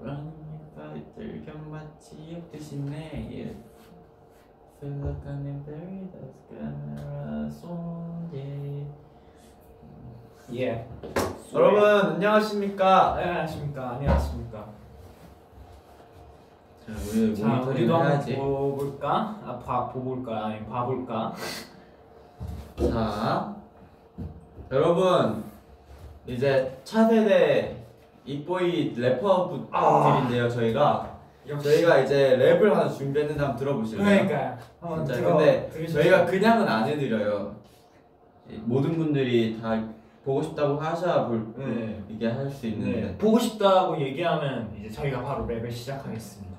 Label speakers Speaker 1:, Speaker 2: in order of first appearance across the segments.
Speaker 1: 그러니까 마치 뜻이네 예. 슬라카는 베리다스 카메라 송예 예
Speaker 2: 여러분 안녕하십니까?
Speaker 3: 아, 안녕하십니까 안녕하십니까
Speaker 1: 자 우리
Speaker 3: 자
Speaker 1: 모니터링을
Speaker 3: 우리도 한번
Speaker 1: 해야지.
Speaker 3: 보볼까? 아 봐, 보볼까? 아니 봐볼까?
Speaker 1: 자, 여러분 이제 차세대 이보이 래퍼분들인데요 저희가 저희가 이제 랩을 하나 준비했는데 한번 들어보실래요?
Speaker 3: 그러니까 한번
Speaker 1: 진짜
Speaker 3: 들어 네.
Speaker 1: 근데
Speaker 3: 들으십시오.
Speaker 1: 저희가 그냥은 안 해드려요 이 모든 분들이 다 보고 싶다고 하셔야 볼그
Speaker 3: 네.
Speaker 1: 이게 할 수 있는데
Speaker 3: 네, 보고 싶다고 얘기하면 이제 저희가 바로 랩을 시작하겠습니다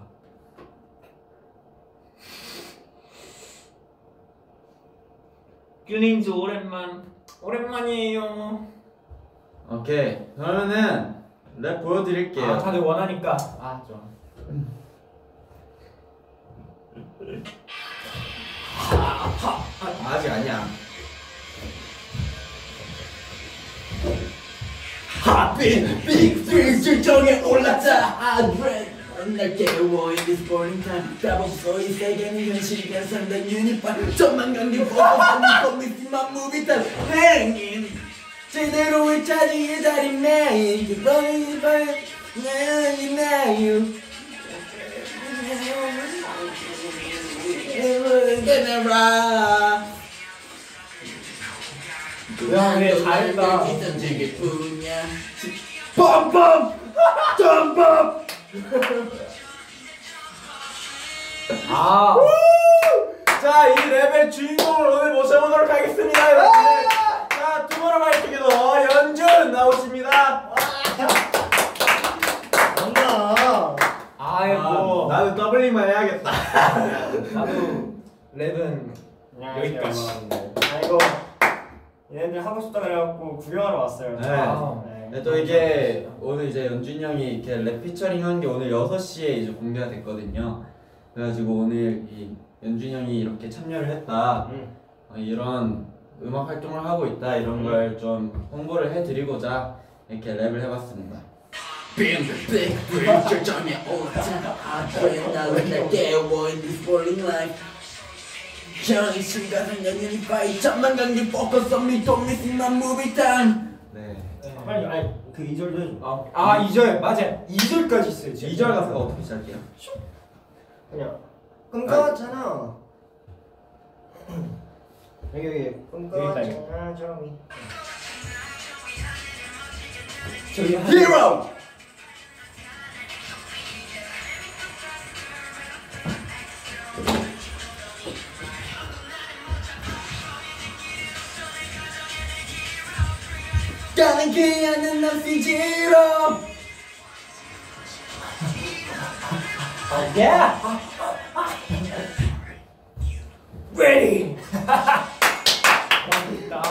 Speaker 3: 뀨닝즈 오랜만 오랜만이에요
Speaker 1: 오케이 그러면은 랩 보여드릴게요 음.
Speaker 3: 아 다들 원하니까 아 좋아
Speaker 1: 아직 아니야
Speaker 4: 빅, 빅, 빅, 절정에 올랐다. 아드레날린 날 깨워, in this boring time. 답없어, 이 세계는 현실과 상단 유니판. 전만 간디 보고, 미스만 무비 탄. 행인, 제대로의 자리에 다리 메인. 기본이 반, 내이 메인. Camera.
Speaker 1: 네.
Speaker 3: 야, 그래, 잘했다.
Speaker 4: 던지게 뿐이야. 빰빰! 빰빰!
Speaker 3: 아
Speaker 2: 자 이 랩의 주인공을 오늘 모셔보도록 하겠습니다 여러분.
Speaker 3: 아!
Speaker 2: 자 투모로우 마이티게더 연준 나오십니다
Speaker 4: 뭔가
Speaker 3: 아이고
Speaker 2: 아, 나도 더블링만 해야겠다
Speaker 3: 나도 랩은
Speaker 5: 여기까지. 아 이거 얘네들 하고 싶다 그래갖고 구경하러 왔어요.
Speaker 1: 네.
Speaker 3: 아,
Speaker 1: 네, 또 이게 오늘 이제 연준 형이 이렇게 랩 피처링 한 게 오늘 6시에 이제 공개가 됐거든요. 그래가지고 오늘 이 연준 형이 이렇게 참여를 했다.
Speaker 5: 음.
Speaker 1: 어, 이런 음악 활동을 하고 있다. 이런 걸 좀 홍보를 해드리고자 이렇게 랩을 해봤습니다.
Speaker 4: 빅 브릿지 점에 올라타 아드레날린 날 깨워 in this boring life 현실과 상관 유니파이 천만 관계 focus on me don't miss my movie time
Speaker 1: 네.
Speaker 5: 빨리 아니 그 2절도 해줘.
Speaker 3: 아,
Speaker 5: 아
Speaker 3: 아
Speaker 5: 2절 맞아. 2절까지 있어요. 지금.
Speaker 1: 2절 가사가 어떻게 시작해요?
Speaker 5: 그냥 꿈꿔잖아. 여기 여기 꿈꿔잖아 점이. 저기 한
Speaker 3: 예!
Speaker 4: Hero! 가는 길 아는 난 피지로
Speaker 3: 레디. 아, 진짜.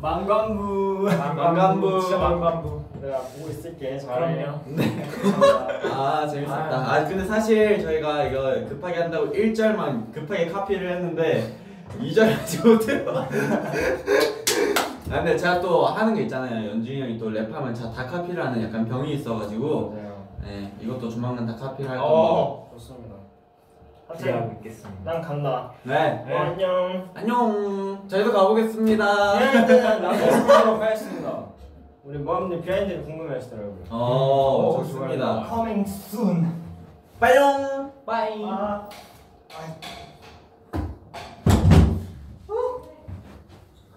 Speaker 3: 망관부.
Speaker 2: 망관부.
Speaker 3: 진짜 망관부.
Speaker 5: 내가 보고 있을게 잘해.
Speaker 3: 그럼요.
Speaker 1: 아 재밌었다. 아 근데 사실 저희가 이거 급하게 한다고 1절만 급하게 카피를 했는데 2절 하지 못해요. 아 근데 제가 또 하는 게 있잖아요. 연준이 형이 또 랩하면 제가 다 카피를 하는 약간 병이 있어가지고
Speaker 5: 맞아요.
Speaker 1: 네 이것도 조만간 다 카피를 할 겁니다.
Speaker 3: 어.
Speaker 5: 네.
Speaker 3: 예.
Speaker 5: 좋습니다.
Speaker 3: 기대하고
Speaker 5: 하여튼
Speaker 3: 있겠습니다.
Speaker 5: 난 간다.
Speaker 1: 네
Speaker 5: 어, 안녕.
Speaker 1: 안녕. 저희도 가보겠습니다.
Speaker 3: 네.
Speaker 5: 나도 하겠습니다. 우리 모험님 비하인드 궁금해하시더라고요.
Speaker 1: 어 좋습니다.
Speaker 5: Coming soon.
Speaker 1: 빠용.
Speaker 3: 빠이.
Speaker 5: 아,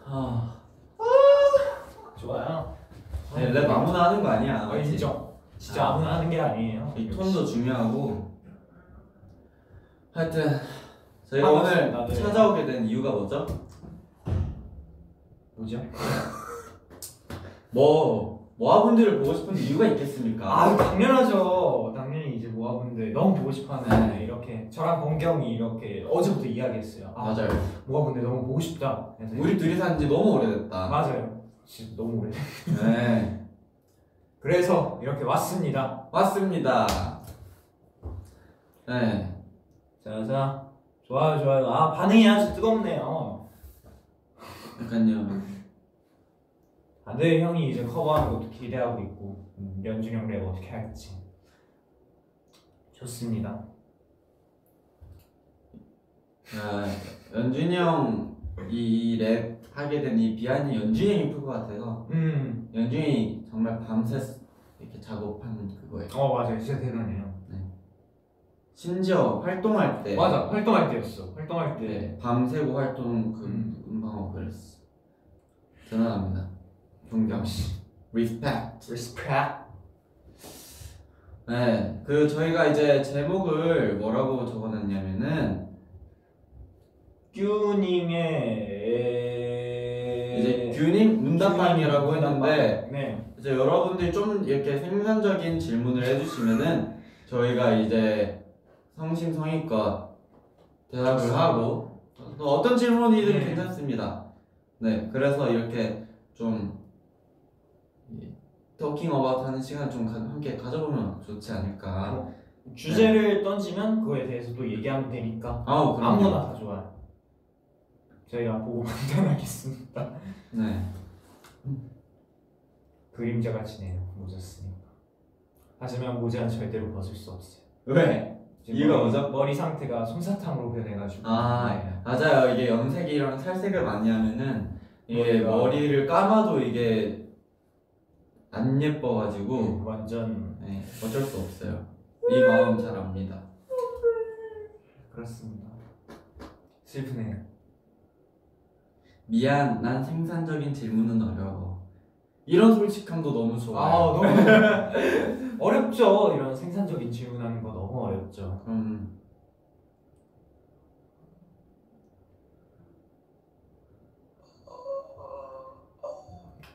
Speaker 1: 아,
Speaker 3: 좋아요.
Speaker 1: 네, 랩 아무나 하는 거 아니야.
Speaker 3: 아, 인정. 진짜
Speaker 1: 아.
Speaker 3: 아무나 하는 게 아니에요.
Speaker 1: 이 톤도 중요하고 하여튼 저희가 오늘
Speaker 3: 반갑습니다. 네.
Speaker 1: 찾아오게 된 이유가 뭐죠?
Speaker 3: 뭐죠?
Speaker 1: 뭐 모아분들을 보고 싶은 이유가 있겠습니까?
Speaker 3: 아 당연하죠. 당연히 이제 모아분들 너무 보고 싶어하는
Speaker 1: 네.
Speaker 3: 이렇게 저랑 범경이 이렇게 어제부터 이야기했어요. 아
Speaker 1: 맞아요
Speaker 3: 모아분들 너무 보고 싶다. 그래서
Speaker 1: 우리 둘이 산 지 너무 오래됐다
Speaker 3: 맞아요. 진짜 너무 오래.
Speaker 1: 네
Speaker 3: 그래서 이렇게 왔습니다.
Speaker 1: 맞습니다 네
Speaker 3: 자자 좋아요 좋아요. 아 반응이 아주 뜨겁네요.
Speaker 1: 그러니까요
Speaker 3: 아들 형이 이제 커버하는 것도 기대하고 있고 음, 연준 형랩 어떻게 할지 좋습니다.
Speaker 1: 아, 연준이 형이 랩 하게 된 이 비하인드 연준이 형이 풀 것 같아서
Speaker 3: 음,
Speaker 1: 연준이 정말 밤새 이렇게 작업한 그거예요.
Speaker 3: 어 맞아요, 진짜 대단해요.
Speaker 1: 심지어 활동할 때
Speaker 3: 맞아, 활동할 때였어. 활동할 때.
Speaker 1: 네, 밤새고 활동 그
Speaker 3: 음.
Speaker 1: 음방어 그랬어. 대단합니다. 존경. 리스펙.
Speaker 3: 리스펙.
Speaker 1: 네, 그 저희가 이제 제목을 뭐라고 적어놨냐면은
Speaker 3: 뀨님의
Speaker 1: 이제 네. 균님 문답방이라고 했는데
Speaker 3: 네.
Speaker 1: 이제 여러분들이 좀 이렇게 생산적인 질문을 해주시면은 저희가 이제 성심성의껏 대답을 하고 또 어떤 질문이든
Speaker 3: 네.
Speaker 1: 괜찮습니다. 네, 그래서 이렇게 좀 이, talking about 하는 시간 좀 가- 함께 가져보면 좋지 않을까.
Speaker 3: 어. 주제를 던지면 그거에 대해서 또 얘기하면 되니까
Speaker 1: 아우 네. 그럼요.
Speaker 3: 아무거나 다 좋아요. 저희가 보고 판단하겠습니다.
Speaker 1: 네,
Speaker 3: 그림자가 지네요 모자 쓰니까. 하지만 모자는 절대로 벗을 수 없어요.
Speaker 1: 왜?
Speaker 3: 지금
Speaker 1: 이유가
Speaker 3: 머리-
Speaker 1: 뭐죠?
Speaker 3: 머리 상태가 솜사탕으로 변해가지고.
Speaker 1: 아
Speaker 3: 네.
Speaker 1: 맞아요. 이게 염색이랑 살색을 많이 하면은 이게
Speaker 3: 머리가-
Speaker 1: 머리를 감아도 이게 안 예뻐가지고.
Speaker 3: 완전
Speaker 1: 네, 어쩔 수 없어요. 이 마음 잘 압니다.
Speaker 3: 그렇습니다. 슬프네요.
Speaker 1: 아, 미안, 난 생산적인 질문은 어려워. 이런 솔직함도 너무
Speaker 3: 아
Speaker 1: 좋아요.
Speaker 3: 너무 어렵죠. 이런 생산적인 질문하는 거 너무 어렵죠.
Speaker 1: 그럼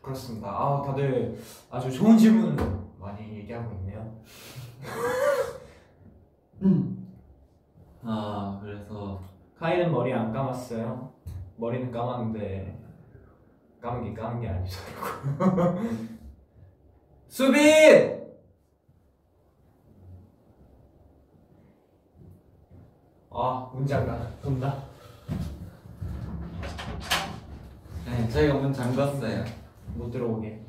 Speaker 3: 그렇습니다. 아 다들 아주 좋은 질문 많이 얘기하고 있네요.
Speaker 1: 음. 아 그래서
Speaker 3: 카이는 머리 안 감았어요. 머리는 감았는데 감은 게 감은 게 아니더라고.
Speaker 1: 수빈
Speaker 3: 아 문장가 본다.
Speaker 1: 네, 저희가 문 잠갔어요.
Speaker 3: 못 들어오게.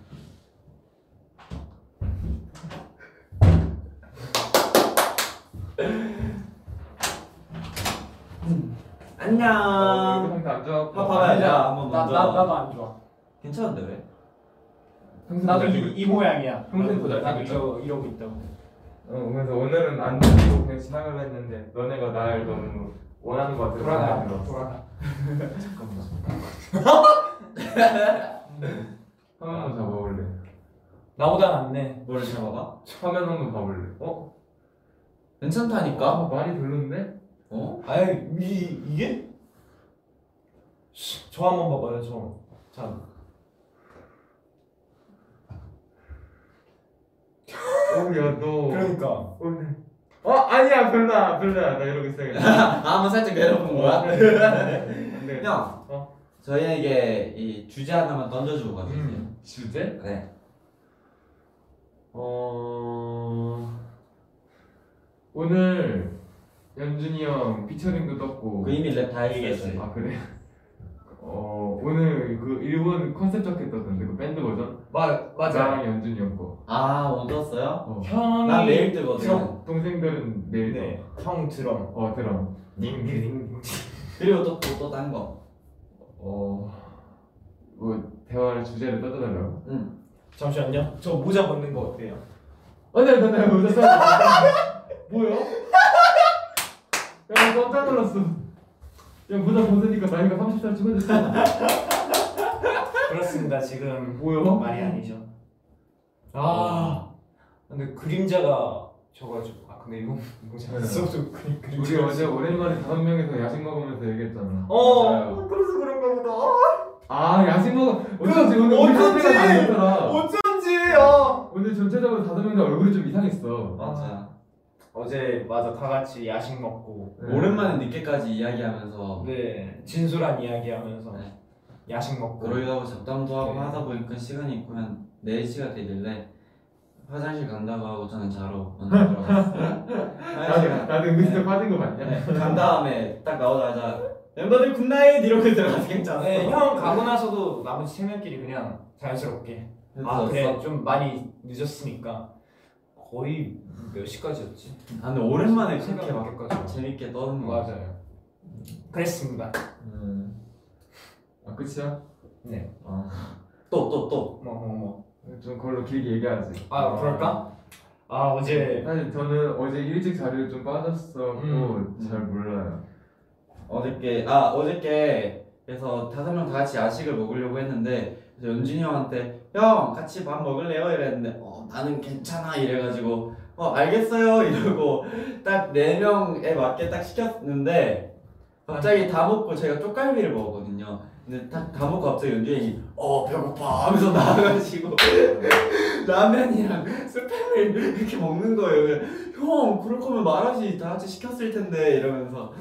Speaker 1: 안녕.
Speaker 6: 어, 안 좋아.
Speaker 1: 밥 받아야지. 한번
Speaker 6: 나,
Speaker 1: 먼저.
Speaker 6: 나, 나도 안 좋아.
Speaker 1: 괜찮은데 왜?
Speaker 6: 나도 이, 이 모양이야.
Speaker 7: 평생 보자,
Speaker 6: 나도
Speaker 7: 생겼다.
Speaker 6: 이러, 이러고 있다고.
Speaker 7: 어, 그래서 오늘은 안 들리고 그냥 지나가려 했는데 너네가 날 너무 원하는 것 같아서
Speaker 3: 돌아가
Speaker 7: 들어.
Speaker 3: 돌아가.
Speaker 7: 화면 한번 잡아볼래.
Speaker 3: 나보다 낫네.
Speaker 1: 뭘 잡아봐?
Speaker 7: 화면 한번 봐볼래. 어?
Speaker 1: 괜찮다니까.
Speaker 7: 아, 많이 별론데?
Speaker 1: 어?
Speaker 3: 아이 이 이게? 저 한번 봐봐요 저. 자
Speaker 7: 어, 야, 너.
Speaker 3: 그러니까
Speaker 7: 오늘. 어, 아니야, 별로야, 별로야. 나 이러고 있어야겠다.
Speaker 1: 아, 한번 살짝 내려본 거야?
Speaker 7: 안 돼.
Speaker 1: 형,
Speaker 7: 어?
Speaker 1: 저희에게 이 주제 하나만 던져주고
Speaker 7: 음.
Speaker 1: 가주세요.
Speaker 7: 주제?
Speaker 1: 네.
Speaker 7: 어. 오늘 연준이 형 피처링도 떴고.
Speaker 1: 그 이미 랩다 했어요.
Speaker 7: 아, 그래? 어, 오늘 그 일본 컨셉 자켓 떴던데, 그 밴드 버전?
Speaker 3: 마,
Speaker 7: 나랑 연준이 형 거.
Speaker 1: 아, 원떴어요?
Speaker 3: 형이
Speaker 1: 나 매일 뜨거든.
Speaker 7: 형 동생들은 내일 네.
Speaker 3: 네, 형 드럼
Speaker 7: 어 드럼
Speaker 1: 그리고 또 또 딴 거.
Speaker 7: 어뭐 뭐 대화를 주제를 떠들어달라고
Speaker 1: 응.
Speaker 3: 잠시만요 저 모자 벗는 거 어때요?
Speaker 7: 안돼 안돼 안돼 모자 네, 뭐야? 야 깜짝 놀랐어 야 모자 벗으니까 나이가 30살 찍어졌어
Speaker 3: 그렇습니다 지금
Speaker 7: 뭐야?
Speaker 3: 어? 말이 아니죠 아 근데 그림자가 져가지고 아 근데 이거 모자
Speaker 1: 네.
Speaker 3: 안 써도 그림
Speaker 7: 우리
Speaker 3: 그림자
Speaker 7: 어제 오랜만에 다섯 명이서 야식 먹으면서 얘기했잖아
Speaker 3: 어
Speaker 6: 그래서 그런가 보다.
Speaker 7: 아 야식 먹어 어쩐지 오늘 우리
Speaker 6: 어쩐지!
Speaker 7: 상태가 안 좋더라
Speaker 6: 어쩐지, 아.
Speaker 7: 오늘 전체적으로 다섯 명의 얼굴이 좀 이상했어
Speaker 1: 맞아.
Speaker 3: 어제 맞아 다 같이 야식 먹고
Speaker 7: 네.
Speaker 1: 오랜만에 늦게까지 이야기하면서
Speaker 3: 네 진솔한 이야기하면서
Speaker 1: 네.
Speaker 3: 야식 먹고
Speaker 1: 그러고 잡담도 하고
Speaker 3: 네.
Speaker 1: 하다 보니까 시간이 있고 한 4시가 되길래 화장실 간다고 하고 저는 자러 먼저 들어갔어요.
Speaker 7: 나도
Speaker 1: 화장실
Speaker 7: 나도 의식에 빠진 거 맞냐?
Speaker 1: 간- 네, 간 다음에 딱 나오자마자 멤버들 굿나잇 이렇게 들어가서 괜찮아.
Speaker 3: 네, 형 가고 나서도 나머지 아, 네. 세 명끼리 그냥 자연스럽게 아 그래 좀 많이 늦었으니까 거의 몇 시까지였지?
Speaker 1: 아 근데 오랜만에 음.
Speaker 3: 새벽
Speaker 1: 그렇게 막
Speaker 3: 늦게까지.
Speaker 1: 재밌게 떠는 거
Speaker 3: 맞아요. 그랬습니다.
Speaker 7: 음. 아 끝이야?
Speaker 3: 네.
Speaker 1: 또또 또.
Speaker 3: 뭐, 뭐, 뭐.
Speaker 7: 좀 그걸로 길게 얘기하지.
Speaker 3: 아 그럴까? 아 어제
Speaker 7: 사실 저는 어제 일찍 자리를 좀 빠졌었고
Speaker 3: 음.
Speaker 7: 잘 몰라요.
Speaker 1: 어저께 아 어저께 그래서 다섯 명 다 같이 야식을 먹으려고 했는데 그래서 연준이 형한테 형 같이 밥 먹을래요 이랬는데 어 나는 괜찮아 이래가지고 어 알겠어요 이러고 딱 네 명에 맞게 딱 시켰는데 갑자기 다 먹고 제가 쪽갈비를 먹었거든요. 근데 딱 다 먹고 갑자기 연준이 어 배고파 하면서 나와가지고 라면이랑 스팸을 이렇게 먹는 거예요. 그냥, 형 그럴 거면 말하지 다 같이 시켰을 텐데 이러면서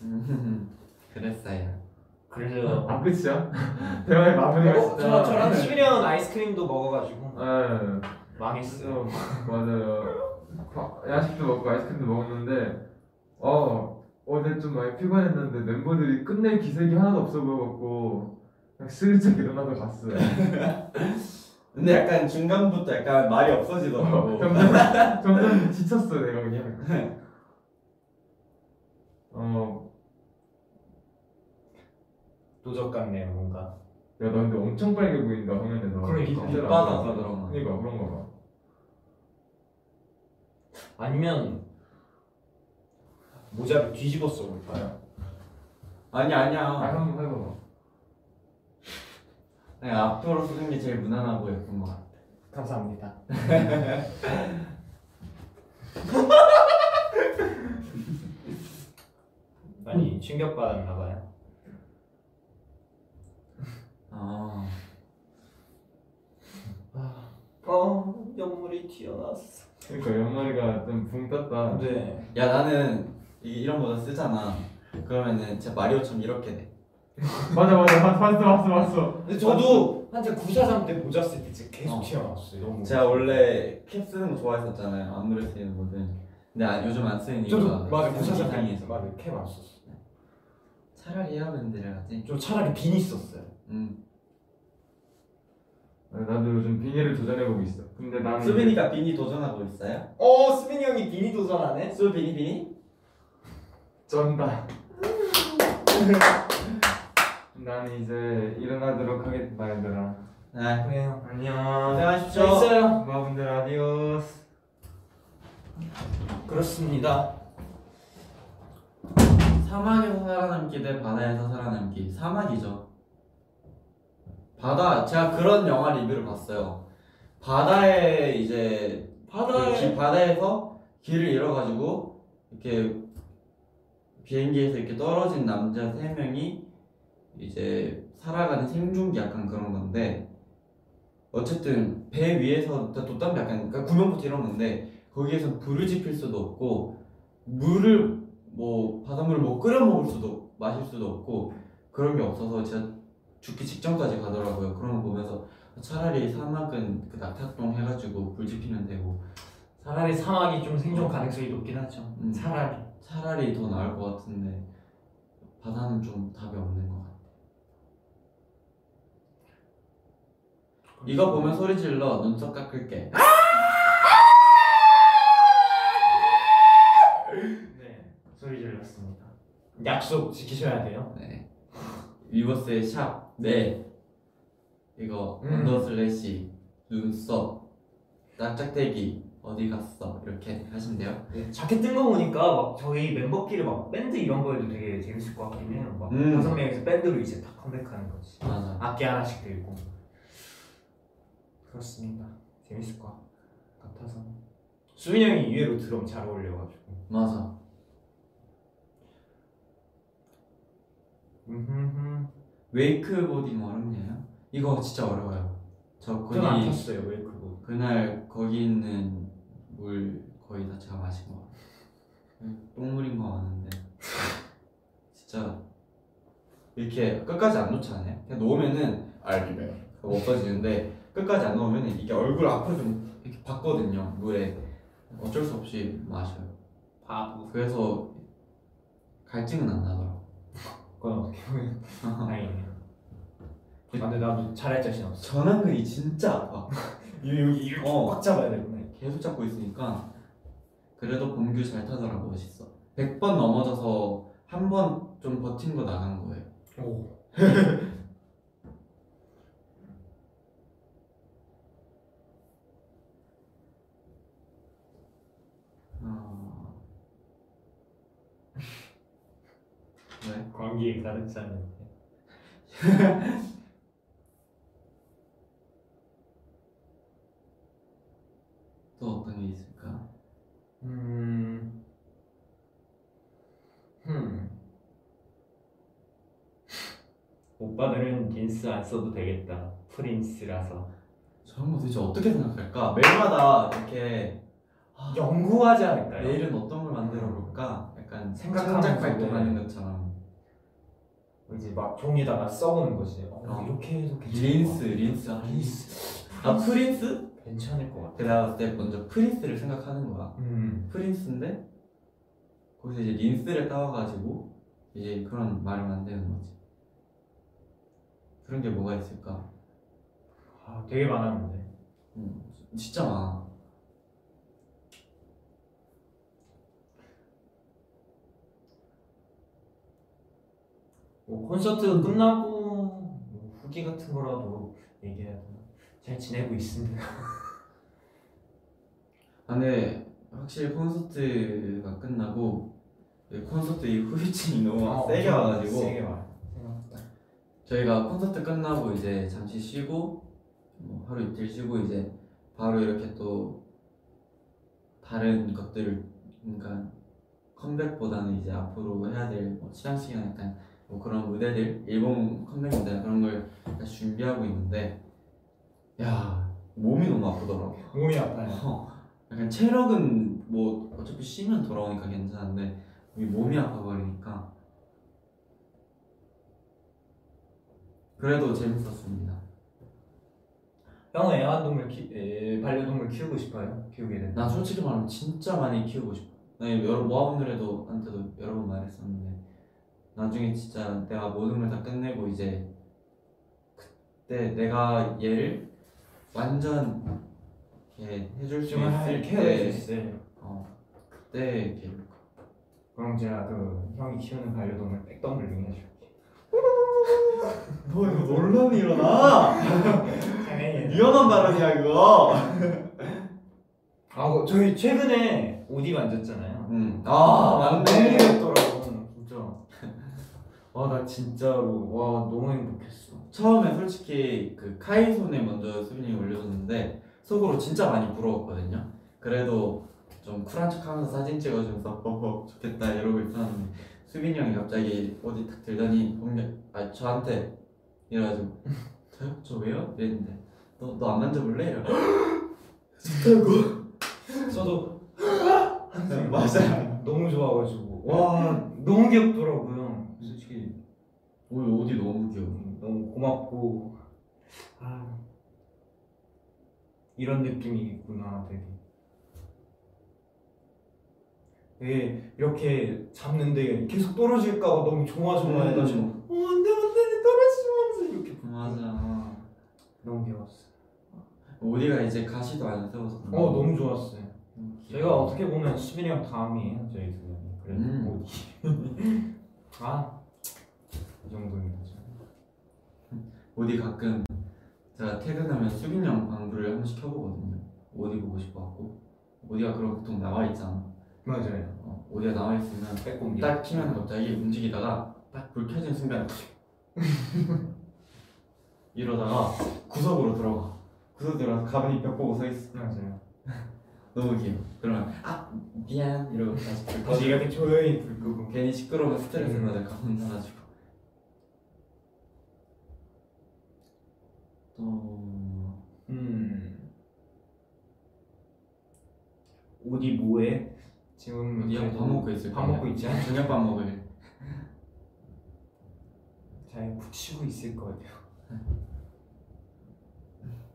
Speaker 1: 음, 그랬어요.
Speaker 3: 그래서
Speaker 7: 아 끝이야? 대화의 마무리가
Speaker 3: 어,
Speaker 7: 진짜.
Speaker 3: 저, 저랑 11년 아이스크림도 먹어가지고
Speaker 7: 예.
Speaker 3: 망했어요.
Speaker 7: 좀 맞아요. 과- 야식도 먹고 아이스크림도 먹었는데 어 어제 좀 많이 피곤했는데 멤버들이 끝낼 기색이 하나도 없어 보여갖고 그냥 슬쩍 일어나서 갔어요.
Speaker 1: 근데 약간 중간부터 약간 말이 없어지더라고.
Speaker 7: 점점 점점 지쳤어 내가 그냥. 어,
Speaker 3: 도적 같네요 뭔가.
Speaker 7: 야, 나 근데 엄청 빨개 보인다, 화면에서.
Speaker 3: 그러니까.
Speaker 7: 빛을 안
Speaker 1: 빛받아서
Speaker 7: 보여.
Speaker 1: 그런가.
Speaker 7: 그러니까, 그런 거 봐.
Speaker 3: 아니면 모자를 뒤집어 써볼까요?
Speaker 1: 아니
Speaker 7: 아,
Speaker 1: 아니야.
Speaker 7: 한번 해봐봐.
Speaker 1: 그냥 앞으로 쓰는 게 제일 무난하고 예쁜 것 같아.
Speaker 3: 감사합니다. 많이
Speaker 1: 음.
Speaker 3: 충격받았나 봐요.
Speaker 1: 아.
Speaker 3: 어, 연물이 튀어나왔어.
Speaker 7: 그러니까, 연말이가 좀 붕 떴다.
Speaker 3: 네.
Speaker 1: 야 나는 이- 이런 모자 쓰잖아. 그러면은 제 마리오처럼 이렇게 돼.
Speaker 7: 맞아, 맞아, 봤어, 봤어, 봤어.
Speaker 3: 근데 저도 한참 943 때 모자 쓸 때 진짜 계속
Speaker 1: 어.
Speaker 3: 튀어나왔어요. 너무.
Speaker 1: 제가 원래 캡 쓰는 거 좋아했었잖아요. 안무를 쓰는 거든. 근데 아, 요즘 안 쓰는 이유가
Speaker 3: 저도 맞아
Speaker 1: 색이
Speaker 3: 943
Speaker 1: 이상해서.
Speaker 3: 때 맞아 캠 안 썼어.
Speaker 1: 차라리 헤어밴드를 하지.
Speaker 3: 저 차라리 비니 썼어요.
Speaker 1: 음.
Speaker 7: 아, 나도 요즘 빙의를 도전해보고 있어. 근데 나는.
Speaker 3: 음.
Speaker 1: 수빈이가 비니 도전하고 있어요?
Speaker 3: 어 수빈이 형이 비니 도전하네.
Speaker 1: 수 비니 비니?
Speaker 7: 쩐다. 난 이제 일어나도록 하겠다, 얘들아.
Speaker 1: 네.
Speaker 3: 그래요.
Speaker 7: 안녕.
Speaker 1: 고생하십시오.
Speaker 7: 마분들 아디오스.
Speaker 3: 그렇습니다.
Speaker 1: 사막에서 살아남기 대 바다에서 살아남기 사막이죠 바다 제가 그런 영화 리뷰를 봤어요 바다에 이제 그 기- 바다에서 길을 잃어가지고 이렇게 비행기에서 이렇게 떨어진 남자 세 명이 이제 살아가는 생존기 약간 그런 건데 어쨌든 배 위에서 돛담배 약간 그러니까 구명보트 이런 건데 거기에서 불을 지필 수도 없고 물을 뭐 바닷물을 뭐 끓여 먹을 수도 마실 수도 없고 그런 게 없어서 제가 죽기 직전까지 가더라고요. 그런 거 보면서 차라리 사막은 그 낙타똥 해가지고 불 지피면 되고
Speaker 3: 차라리 사막이 좀 생존 가능성이 높긴 하죠.
Speaker 1: 음.
Speaker 3: 차라리.
Speaker 1: 차라리 더 나을 것 같은데 바다는 좀 답이 없는 것 같아. 이거 보면 소리 질러 눈썹 깎을게.
Speaker 3: 네 소리 질렀습니다. 약속 지키셔야 돼요.
Speaker 1: 네. 위버스의 샵. 네. 이거
Speaker 3: 음.
Speaker 1: 언더 슬래시 눈썹 짝짝대기 어디 갔어 이렇게 하시면 돼요.
Speaker 3: 자켓 뜬 거 보니까 막 저희 멤버끼리 막 밴드 이런 거에도 되게 재밌을 것 같긴 해요. 막
Speaker 1: 음.
Speaker 3: 다섯 명이서 밴드로 이제 다 컴백하는 거지.
Speaker 1: 맞아.
Speaker 3: 악기 하나씩 들고 그렇습니다. 재밌을 것 같아서 수빈이 형이 의외로 드럼 잘 어울려가지고.
Speaker 1: 맞아.
Speaker 3: 음흠흠.
Speaker 1: 뭐 웨이크보딩 어렵냐요? 이거 진짜 어려워요. 저
Speaker 3: 저는 안
Speaker 1: 거기
Speaker 3: 탔어요. 왜 그거?
Speaker 1: 그날 거기 있는 물 거의 다 제가 마신 거. 같아요. 음, 똥물인 거 아는데 진짜 이렇게 끝까지 안 놓지 않아요? 그냥 놓으면은 알리면 없어지는데 끝까지 안 놓으면 이게 얼굴 앞으로 좀 이렇게 받거든요 물에 어쩔 수 없이 마셔요.
Speaker 3: 바보.
Speaker 1: 그래서 갈증은 안 나더라고.
Speaker 3: 그건 어떻게 보면 다행이네요. 아, 근데 나도 잘할 자신 없어.
Speaker 1: 전환근이 진짜 아파.
Speaker 3: 여기 이렇게
Speaker 1: 어.
Speaker 3: 꽉 잡아야 되구나 이렇게.
Speaker 1: 계속 잡고 있으니까 그래도 봄규 잘 타더라고 멋있어 100번 넘어져서 한 번 좀 버틴 거 나간 거예요
Speaker 3: 오.
Speaker 1: 어... 네.
Speaker 8: 광기에 가득 차는
Speaker 1: 또 어떤 게 있을까?
Speaker 3: 음. 흠.
Speaker 8: 오빠들은 빈스 안 써도 되겠다 프린스라서
Speaker 1: 저런 거 도대체 어떻게 생각할까? 매일마다 이렇게 아,
Speaker 3: 연구하지 않을까요?
Speaker 1: 내일은 어떤 걸 만들어 볼까? 약간
Speaker 3: 생각하면서,
Speaker 1: 창작 활동하는
Speaker 3: 네.
Speaker 1: 것처럼
Speaker 3: 이제 막 종이에다가 써보는 거지. 어,
Speaker 1: 어.
Speaker 3: 이렇게 해도 괜찮을 것
Speaker 1: 린스, 린스, 아, 린스. 아, 프린스?
Speaker 3: 같아. 괜찮을 것 같아.
Speaker 1: 내가 봤을 때그 먼저 프린스를 생각하는 거야.
Speaker 3: 음.
Speaker 1: 프린스인데 거기서 이제 린스를 따와가지고 이제 그런 말을 만드는 거지. 그런 게 뭐가 있을까?
Speaker 3: 아, 되게 많았는데.
Speaker 1: 음, 진짜 많아.
Speaker 3: 뭐 콘서트 끝나고 뭐 후기 같은 거라도 얘기해야 되나? 잘 지내고 있습니다.
Speaker 1: 아, 근데 확실히 콘서트가 끝나고 이 콘서트 이 후유증이 너무 막 어, 세게 와가지고
Speaker 3: 어, 아, 세게 와. 생각보다.
Speaker 1: 저희가 콘서트 끝나고 이제 잠시 쉬고 뭐 하루 이틀 쉬고 이제 바로 이렇게 또 다른 것들 그러니까 컴백보다는 이제 앞으로 해야 될뭐 시상 시간 약간 뭐 그런 무대들 일본 컴백 무대 그런 걸 약간 준비하고 있는데 야 몸이 너무 아프더라고.
Speaker 3: 몸이 아파요.
Speaker 1: 어, 약간 체력은 뭐 어차피 쉬면 돌아오니까 괜찮은데 이 몸이 아파버리니까 그래도 재밌었습니다.
Speaker 3: 형은 애완동물 키, 에, 반려동물 키우고 싶어요? 키우게 된다.
Speaker 1: 나 솔직히 말하면 진짜 많이 키우고 싶어. 나 이거 여러 모아분들에도 한테도 여러 번 말했었는데 나중에 진짜 내가 모든 걸 다 끝내고 이제 그때 내가 얘를 완전 이렇게 해줄 수 있을
Speaker 3: 케어해
Speaker 1: 때
Speaker 3: 주세요.
Speaker 1: 어, 그때 이렇게
Speaker 3: 그럼 제가 그 형이 키우는 반려동물 백덤블링 해줄게. 뭐
Speaker 1: 너 이거 논란이 일어나?
Speaker 3: 당연히.
Speaker 1: 위험한 발언이야 그거
Speaker 3: 아, 뭐 저희 최근에 오디 만졌잖아요.
Speaker 1: 음. 응아 맞네
Speaker 3: 너무 귀엽더라고. 진짜. 와, 나 진짜로 와 너무 행복했어.
Speaker 1: 처음에 솔직히 그 카이 손에 먼저 수빈이 올려줬는데 속으로 진짜 많이 부러웠거든요 그래도 좀 쿨한 척하면서 사진 찍어주면서 허허 좋겠다 이러고 있었는데 수빈이 형이 갑자기 어디 탁 들더니 분명 아 저한테 이래가지고 저요? 저 왜요? 이랬는데 너 너 안 만져볼래? 이러고 좋다고
Speaker 3: 저도
Speaker 1: 맞아
Speaker 3: 너무 좋아가지고 와 너무 귀엽더라고요. 솔직히
Speaker 1: 오늘 옷이 너무 귀여워
Speaker 3: 너무 고맙고 아 이런 느낌이 있구나 되게. 되게 예, 이렇게 잡는데 계속 떨어질까봐 너무 조마
Speaker 1: 음.
Speaker 3: 조마해가지고
Speaker 1: 좋아해가지고
Speaker 3: 어, 안돼 안돼 떨어지면서 이렇게
Speaker 1: 맞아
Speaker 3: 너무 귀여웠어.
Speaker 1: 우리가 이제 가시도 안 세워서
Speaker 3: 어 너무 좋았어요.
Speaker 1: 음,
Speaker 3: 저희가 어떻게 보면 수빈이 형 다음이에요 저희 두 명이 그래도
Speaker 1: 음.
Speaker 3: 음. 아이 정도입니다 저는.
Speaker 1: 어디 가끔 제가 퇴근하면 수빈 형 방구를 한 번씩 켜보거든요 어디 보고 싶어갖고 어디가 그럼 보통 나와 있잖아
Speaker 3: 맞아요
Speaker 1: 어, 어디가 나와 있으면
Speaker 3: 빼꼼기
Speaker 1: 딱
Speaker 3: 음.
Speaker 1: 키면 갑자기 움직이다가 딱 불 켜진 순간 이러다가 구석으로 들어가 구석 들어가서 가만히 벽 보고 서 있어
Speaker 3: 맞아요
Speaker 1: 너무 귀여워 그러면 아 미안 이러고 다시 불
Speaker 3: 다시
Speaker 1: 꺼지고
Speaker 3: 이렇게 조용히 불 끄고
Speaker 1: 괜히 시끄러우면 스트레스
Speaker 3: 음.
Speaker 1: 받을까 혼나가지고 또
Speaker 3: 음 어디 뭐해? 지금
Speaker 1: 이 형 음, 밥 먹고 있을
Speaker 3: 음. 밥 먹고 있지?
Speaker 1: 저녁밥 먹을
Speaker 3: 잘 붙이고 있을 거예요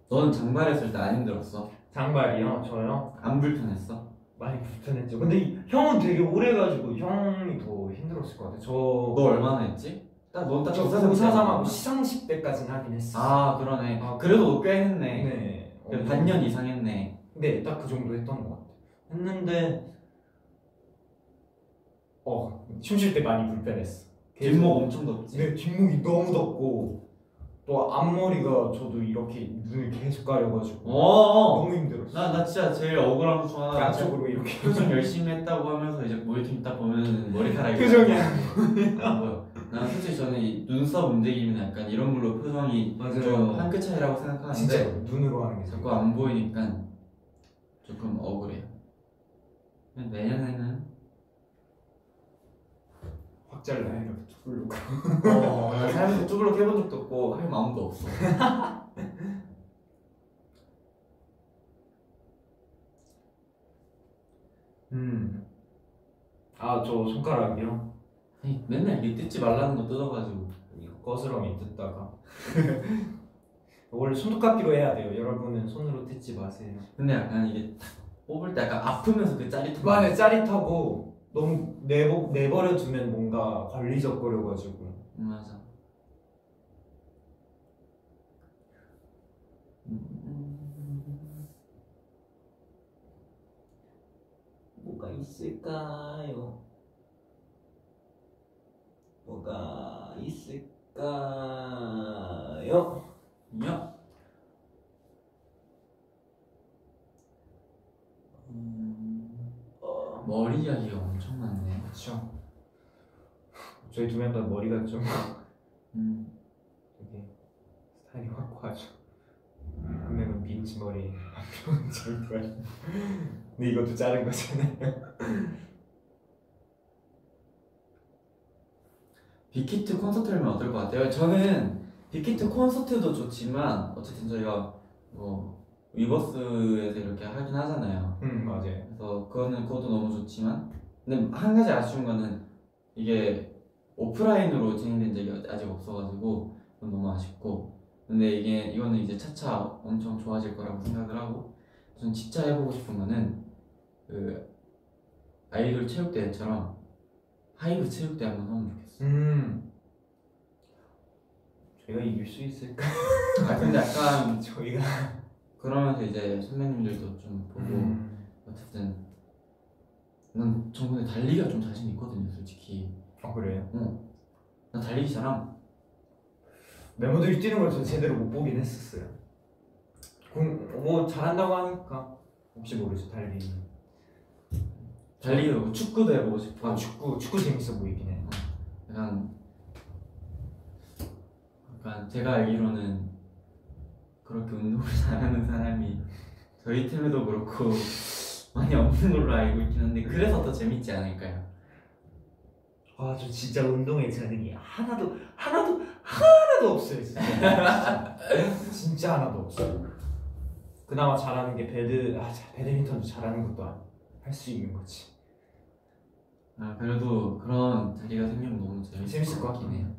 Speaker 1: 넌 장발했을 때 안 힘들었어?
Speaker 3: 장발이요? 저요?
Speaker 1: 안 불편했어?
Speaker 3: 많이 불편했죠 근데 이- 형은 되게 오래가지고 형이 더 힘들었을 것 같아요 저
Speaker 1: 너 얼마나 했지? 딱넌딱
Speaker 3: 저 고사삼하고 시상식 때까지는 하긴 했어
Speaker 1: 아 그러네
Speaker 3: 아,
Speaker 1: 그래도 꽤 했네
Speaker 3: 네.
Speaker 1: 그래, 반년 이상 했네
Speaker 3: 네, 딱 그 정도 했던 것 같아. 했는데 어 춤출 때 많이 불편했어. 계속-
Speaker 1: 뒷목 엄청 덥지.
Speaker 3: 네, 뒷목이 너무 덥고 또 앞머리가 저도 이렇게 눈을 계속 가려가지고
Speaker 1: 어.
Speaker 3: 너무 힘들었어.
Speaker 1: 나나 진짜 제일 억울한 것 중 하나.
Speaker 3: 양쪽으로 이렇게
Speaker 1: 표정 열심히 했다고 하면서 이제 모니터링 딱 보면 머리카락이
Speaker 3: 표정이
Speaker 1: 안 보여. 아, 난 솔직히 저는 이 눈썹 움직임이나 약간 이런 걸로 표정이
Speaker 3: 맞아요. 네.
Speaker 1: 좀 한 끗 차이라고 생각하는데
Speaker 3: 진짜 눈으로 하는 게
Speaker 1: 자꾸 안 보이니까 조금 억울해요. 내년에는
Speaker 3: 확 잘라 이렇게 툭
Speaker 1: 어, 나 사람들 쭈블럭 해본 적도 없고 할 마음도 없어.
Speaker 3: 음. 아, 저 손가락이요?
Speaker 1: 아니, 맨날 이 뜯지 말라는 거 뜯어가지고.
Speaker 3: 이거 거스름이 뜯다가. 원래 손톱깎이로 해야 돼요. 여러분은 손으로 뜯지 마세요.
Speaker 1: 근데 약간 이게 탁 뽑을 때 약간 아프면서 그 짜릿함.
Speaker 3: 만에 짜릿하고 너무 내버, 내버려 두면 뭔가 관리적거려가지고.
Speaker 1: 음, 맞아. 음.
Speaker 4: 뭐가 있을까요? 뭐가 있을까요?
Speaker 1: 야,
Speaker 4: 음, 어,
Speaker 1: 머리 이야기가 엄청 많네.
Speaker 3: 그쵸. 저희 두 명 다 머리가 좀
Speaker 1: 음,
Speaker 3: 되게 스타일이 확고하죠. 한 명은 민지 머리, 한 명은 절발. 근데 이것도 자른 거잖아요.
Speaker 1: 빅히트 콘서트를 하면 어떨 것 같아요? 저는 빅히트 콘서트도 좋지만 어쨌든 저희가 뭐 위버스에서 이렇게 하긴 하잖아요.
Speaker 3: 음, 맞아요.
Speaker 1: 그래서 그거는 그것도 너무 좋지만 근데 한 가지 아쉬운 거는 이게 오프라인으로 진행된 적이 아직 없어가지고 그건 너무 아쉽고 근데 이게 이거는 이제 차차 엄청 좋아질 거라고 생각을 하고 전 진짜 해보고 싶은 거는 그 아이돌 체육대회처럼 하이브 체육대회 한번 하면 좋겠어
Speaker 3: 음. 저희가 이길 수 있을까?
Speaker 1: 아 근데 약간
Speaker 3: 저희가
Speaker 1: 그러면서 이제 선배님들도 좀 보고
Speaker 3: 음.
Speaker 1: 어쨌든 난 저번에 달리기가 좀 자신 있거든요 솔직히
Speaker 3: 아 그래요?
Speaker 1: 나 달리기 잘함.
Speaker 3: 멤버들이 뛰는 걸 전 제대로 못 보긴 했었어요. 공, 뭐 잘한다고 하니까 혹시 모르죠 달리기.
Speaker 1: 달리기 말고 축구도 해보고 싶어.
Speaker 3: 아 축구 축구 재밌어 보이긴 해.
Speaker 1: 약간 약간 제가 알기로는 그렇게 운동을 잘하는 사람이 저희 팀에도 그렇고 많이 없는 걸로 알고 있긴 한데 그래서 더 재밌지 않을까요?
Speaker 9: 아 저 진짜 운동에 재능이 하나도 하나도 하나도 없어요 진짜
Speaker 3: 진짜 하나도 없어. 그나마 잘하는 게 배드 아 자, 배드민턴도 잘하는 것도 할 수 있는 거지.
Speaker 1: 아 그래도 그런 자리가 생기면 너무 재밌을,
Speaker 3: 재밌을 것 같긴 해요.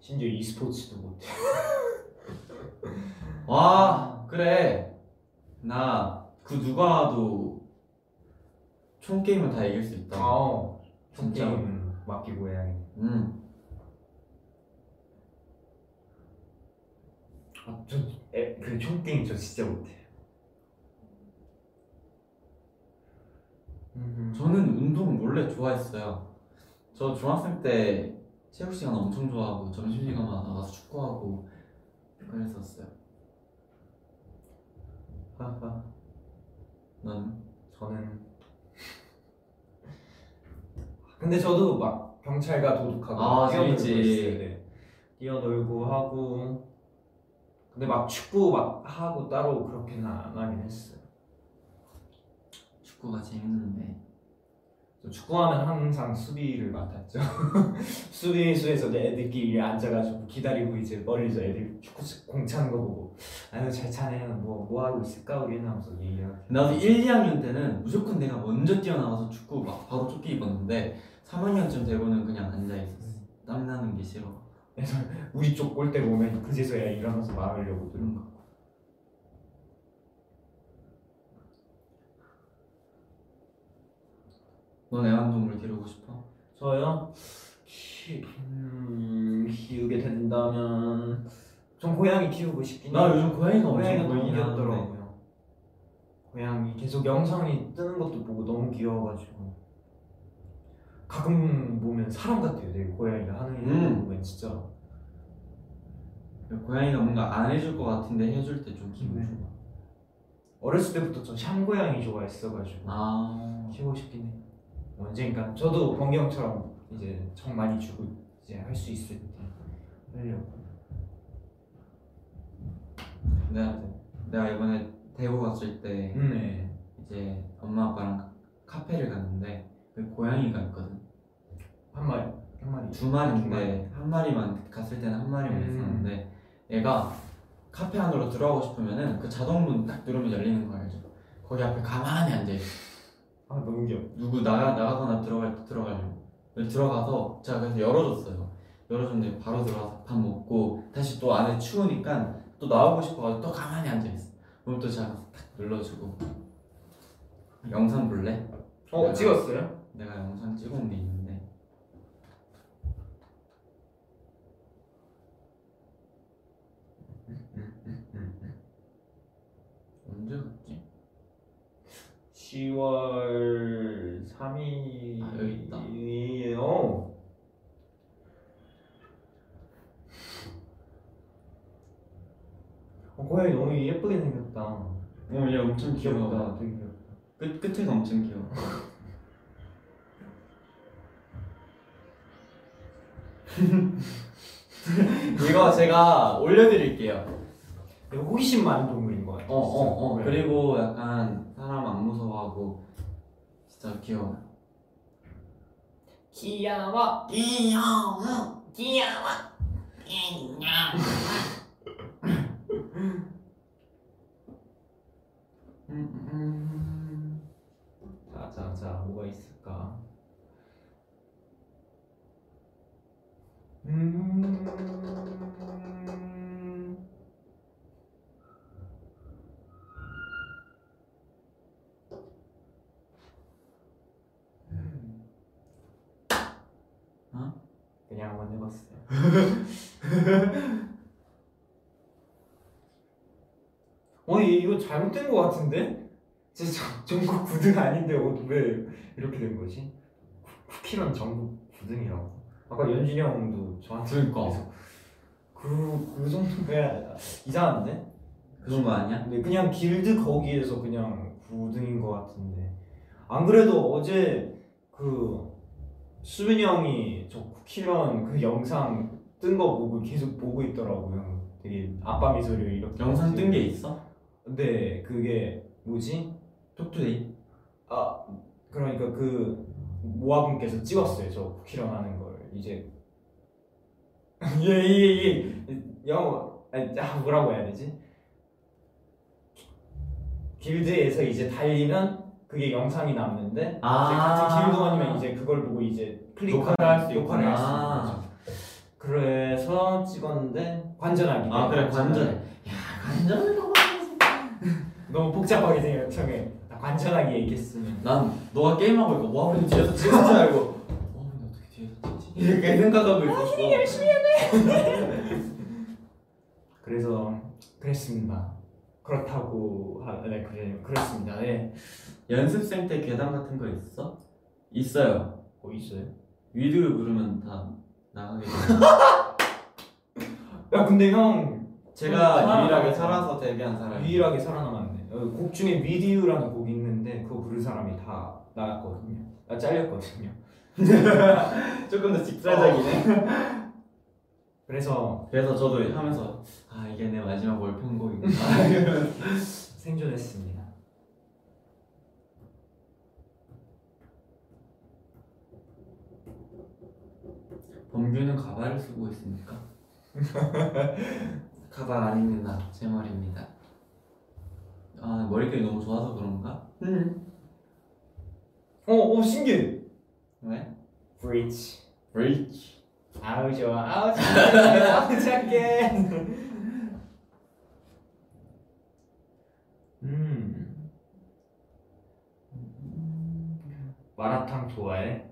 Speaker 3: 심지어 e스포츠도 못해.
Speaker 1: 와 그래 나 그 누가 와도 총 게임은 다 이길 수 있다.
Speaker 3: 어.
Speaker 1: 아, 진짜.
Speaker 3: 총게임 맡기고 해야겠네.
Speaker 1: 음.
Speaker 9: 아저그 총게임 저 진짜 못해
Speaker 1: 저는 운동 원래 좋아했어요. 저 중학생 때 체육 시간 엄청 좋아하고 점심 시간마다 나가서 축구하고 그랬었어요.
Speaker 3: 하하.
Speaker 1: 넌
Speaker 3: 저는 근데 저도 막 경찰과 도둑하고
Speaker 1: 아,
Speaker 3: 뛰어놀고
Speaker 1: 재밌지.
Speaker 3: 있어요. 네. 뛰어놀고 하고 근데 막 축구 막 하고 따로 그렇게는 안 하긴 했어요.
Speaker 1: 축구가 재밌는데
Speaker 3: 저 축구하면 항상 수비를 맡았죠. 수비수에서 내 애들끼리 앉아가지고 기다리고 이제 멀리서 애들 축구 공 차는 거 보고 아유 잘 차네 뭐뭐 하고 있을까 우리는 하면서 얘기하고
Speaker 1: 나도 1, 2학년 때는 무조건 내가 먼저 뛰어나와서 축구 막 바로 조끼 입었는데 3학년쯤 되고는 그냥 앉아 있었어. 땀 나는 게 싫어.
Speaker 3: 우리 쪽 골대 보면 그제서야 일어나서 막으려고 들은 거.
Speaker 1: 넌 애완동물 기르고 싶어?
Speaker 3: 저요? 키, 음, 키우게 된다면 전 고양이 키우고 싶긴
Speaker 10: 나
Speaker 3: 해요.
Speaker 10: 요즘 고양이가 엄청
Speaker 3: 고양이가 너무
Speaker 10: 보이긴 하는데
Speaker 3: 귀엽더라고요. 고양이 계속 영상이 뜨는 것도 보고 너무 귀여워가지고 가끔 보면 사람 같아요. 되게 고양이가 하는 일을
Speaker 1: 음.
Speaker 3: 보면 진짜
Speaker 1: 고양이가 뭔가 안 해줄 것 같은데 해줄 때 좀 기분
Speaker 3: 네.
Speaker 1: 좋아.
Speaker 3: 어렸을 때부터 저샴 고양이 좋아했어가지고
Speaker 1: 아.
Speaker 3: 키우고 싶긴 해. 언젠가 저도 번경처럼 이제 정 많이 주고 이제 할 수 있을 때 하려고.
Speaker 1: 내가 내가 이번에 대구 갔을 때
Speaker 3: 음, 네.
Speaker 1: 이제 엄마 아빠랑 카페를 갔는데 그 고양이가 있거든.
Speaker 3: 한 마리 한 마리
Speaker 1: 두 마리인데 한 마리만 갔을 때는 한 마리만
Speaker 3: 음.
Speaker 1: 있었는데 얘가 카페 안으로 들어가고 싶으면은 그 자동문 딱 누르면 열리는 거 알죠? 거기 앞에 가만히 앉아 있어.
Speaker 3: 아 너무 귀여워
Speaker 1: 누구 나가 나가거나 들어갈 때 들어가려고 그래서 들어가서 제가 그래서 열어줬어요. 열어줬는데 바로 들어가서 밥 먹고 다시 또 안에 추우니까 또 나오고 싶어가지고 또 가만히 앉아 있어. 그럼 또 제가 탁 눌러주고 영상 볼래?
Speaker 3: 어 찍었어요?
Speaker 1: 내가 영상 찍어온 게 있는데 언제 갔지?
Speaker 3: 10월 3일
Speaker 1: 아, 여기 있다.
Speaker 3: 어. 어, 고양이 너무 예쁘게 생겼다
Speaker 1: 어얘 엄청
Speaker 3: 귀엽다 되게 귀엽다
Speaker 1: 끝 끝에가 엄청 귀여워. 이거 제가 올려드릴게요.
Speaker 3: 되게 호기심 많은 동물인 것 같아 네.
Speaker 1: 어, 어, 어. 그리고 약간 사람 안 무서워하고 진짜 귀여워.
Speaker 3: 귀여워 귀여워 귀여워
Speaker 1: 음, 음.
Speaker 3: 자자자 뭐가 있을까 음
Speaker 1: 어?
Speaker 3: 그냥 한번 해봤어요 아니 이거 잘못된 것 같은데? 진짜 정- 전국 9등 아닌데 옷 왜 이렇게 된 거지? 쿠- 쿠키랑 전국 9등이라고 아까 연준이 형도 저한테
Speaker 1: 그니까.
Speaker 3: 계속 그, 그 정도면 이상한데?
Speaker 1: 그 정도 아니야?
Speaker 3: 근데 그냥 길드 거기에서 그냥 9등인 것 같은데 안 그래도 어제 그 수빈이 형이 저 쿠키런 그 영상 뜬 거 보고 계속 보고 있더라고요 되게 아빠 미소를 이렇게
Speaker 1: 영상 뜬
Speaker 3: 하시고.
Speaker 1: 게 있어?
Speaker 3: 네, 그게 뭐지?
Speaker 1: 톡투데이?
Speaker 3: 아, 그러니까 그 모아분께서 찍었어요. 저 쿠키런 하는 걸 이제 예, 예, 예. 영어 아니, 아, 뭐라고 해야 되지? 길드에서 이제 달리면 그게 영상이 남는데
Speaker 1: 아.
Speaker 3: 이제 같은 길드원이면 이제 그걸 보고 이제 클릭하면
Speaker 1: 녹화를 할수
Speaker 3: 녹화를 할수 있는
Speaker 1: 있구나. 아.
Speaker 3: 거죠. 그래서 찍었는데 관전하기.
Speaker 1: 아 그래 관전. 야 관전.
Speaker 3: 너무 복잡하게 생각해. 관전하게 얘기했으면.
Speaker 1: 난 너가 게임하고 있고 뭐 하고 있는지 뒤에서 찍는 줄 알고 어 근데 어떻게 뒤에서 찍지? 이렇게 생각하고 있었어.
Speaker 3: 그래서 그랬습니다. 그렇다고 하, 네 그래 그렇습니다. 네.
Speaker 1: 연습생 때 괴담 같은 거 있어? 있어요.
Speaker 3: 뭐 있어요?
Speaker 1: 위드 부르면 다 나가게 돼.
Speaker 3: 야 근데 형
Speaker 1: 제가
Speaker 3: 어, 살아남았네.
Speaker 1: 유일하게 살아서 데뷔한 사람이.
Speaker 3: 유일하게 살아남았네. 어, 곡 중에 위디유라는 곡이 있는데 그거 부른 사람이 다 나갔거든요. 나 잘렸거든요.
Speaker 1: 조금 더 직설적이네.
Speaker 3: 그래서
Speaker 1: 그래서 저도 하면서 아 이게 내 마지막 월편곡이구나.
Speaker 3: 생존했습니다.
Speaker 1: 범규는 가발을 쓰고 있습니까? 가발 아닙니다. 제 머리입니다. 아 머릿결이 너무 좋아서 그런가?
Speaker 3: 어, 어 신기해.
Speaker 1: 왜?
Speaker 3: 브릿지.
Speaker 1: 브릿지.
Speaker 3: 아우 좋아. 아우 착해. 아우 착해. 음. 마라탕 좋아해?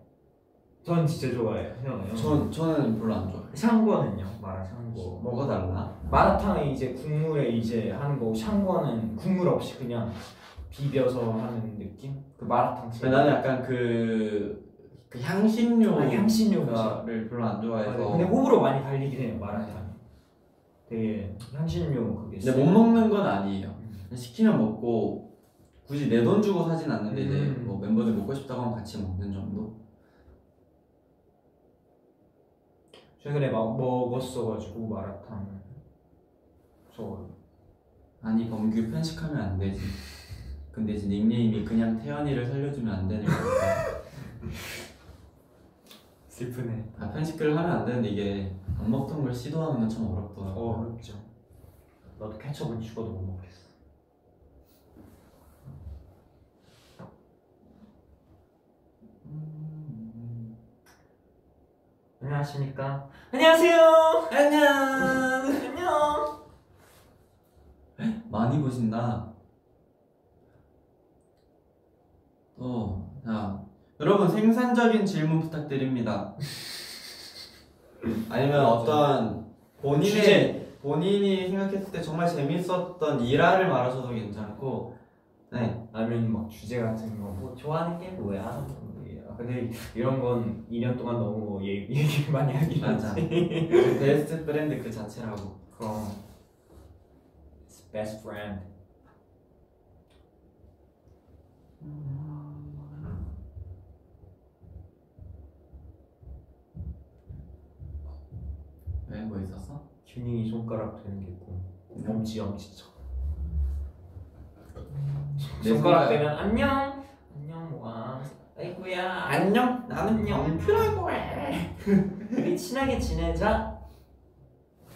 Speaker 3: 전 진짜 좋아해요 형. 형.
Speaker 1: 전 저는 별로 안 좋아.
Speaker 3: 샹궈는요? 마라 샹궈.
Speaker 1: 뭐가 달라?
Speaker 3: 마라탕이 이제 국물에 이제 하는 거고 샹궈는 국물 없이 그냥 비벼서 하는 느낌? 그 마라탕.
Speaker 1: 근데 네, 나는 약간 그, 그 향신료
Speaker 3: 아, 향신료 그치.
Speaker 1: 를 네, 별로 안
Speaker 3: 맞아요. 네.
Speaker 1: 좋아해서.
Speaker 3: 근데 호불호 많이 갈리긴 해요 마라탕. 되게 향신료 그게. 음.
Speaker 1: 근데 못 먹는 건 아니에요. 시키면 먹고 굳이 내 돈 주고 사진 않는데 이제
Speaker 3: 음.
Speaker 1: 뭐 멤버들 먹고 싶다고 하면 같이 먹는 정도.
Speaker 3: 최근에 막 먹었어가지고 마라탕. 저
Speaker 1: 아니 범규 편식하면 안 되지. 근데 이제 닉네임이 그냥 태연이를 살려주면 안 되는 거니까.
Speaker 3: 슬프네.
Speaker 1: 아 편식을 하면 안 되는데 이게 안 먹던 걸 시도하는 건 참 어렵더라고.
Speaker 3: 어, 어렵죠. 나도 케첩은 죽어도 못 먹겠어. 어. 안녕하십니까? 안녕하세요. 안녕. 안녕.
Speaker 1: 많이 보신다. 어, 자 여러분 생산적인 질문 부탁드립니다. 아니면 어떤 본인의 본인이 생각했을 때 정말 재밌었던 일화를 말하셔도 괜찮고, 네,
Speaker 3: 아니면 막 주제 같은 거 뭐 좋아하는 게 뭐야? 아, 근데 이런 건 2년 동안 너무 얘- 얘기를 많이 하긴
Speaker 1: 맞아. 그
Speaker 3: 하지.
Speaker 1: 베스트 브랜드 그 자체라고.
Speaker 3: 그럼 It's best friend.
Speaker 1: 왜 뭐 있었어?
Speaker 3: 튜닝이 손가락 되는 게 있고 엄지 엄지척.
Speaker 1: 내 손가락.
Speaker 3: 손가락 되면 안녕 안녕 와 아이구야
Speaker 1: 안녕, 나는
Speaker 3: 안녕
Speaker 1: 영표.
Speaker 3: 필요하고 해 우리 친하게 지내자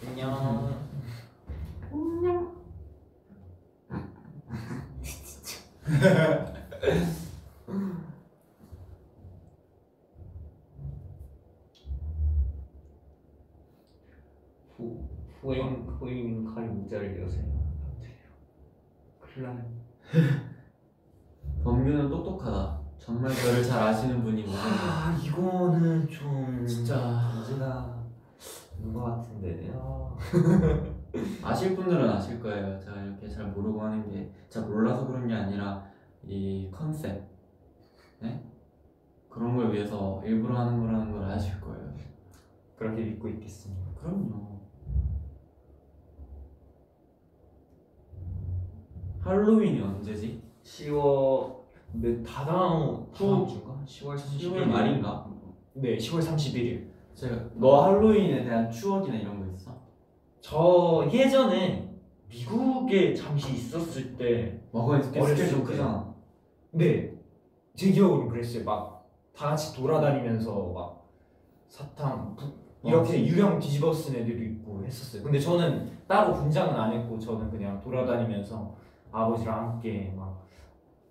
Speaker 3: 안녕 후- 후임 후임 칼 모자를 여세요 아, 큰일 나네
Speaker 1: 범규는 똑똑하다. 정말 저를 잘 아시는 분이구나.
Speaker 3: 아 이거는
Speaker 1: 음.
Speaker 3: 좀
Speaker 1: 진짜.
Speaker 3: 문제가 있는 것 같은데 아,
Speaker 1: 아실 분들은 아실 거예요. 제가 이렇게 잘 모르고 하는 게, 제가 몰라서 그런 게 아니라, 이 컨셉. 네? 그런 걸 위해서 일부러 하는 거라는 걸 아실 거예요.
Speaker 3: 그렇게 믿고 있겠습니다
Speaker 1: 그럼요. 할로윈이 언제지?
Speaker 3: 10월 몇 다다음 다다음 주인가? 10월
Speaker 1: 10월 말인가?
Speaker 3: 네 10월 31일
Speaker 1: 제가 너 할로윈에 대한 추억이나 이런 거 있어?
Speaker 3: 저 예전에 미국에 잠시 있었을 때
Speaker 1: 와, 그거 스케-
Speaker 3: 어렸을
Speaker 1: 스케일 좀
Speaker 3: 때.
Speaker 1: 크잖아.
Speaker 3: 네. 제 기억으로 그랬어요. 막 다 같이 돌아다니면서 막 사탕 부- 이렇게 유령 뒤집어 쓴 애들도 있고 했었어요. 근데 저는 따로 분장은 안 했고 저는 그냥 돌아다니면서 아버지랑 함께 막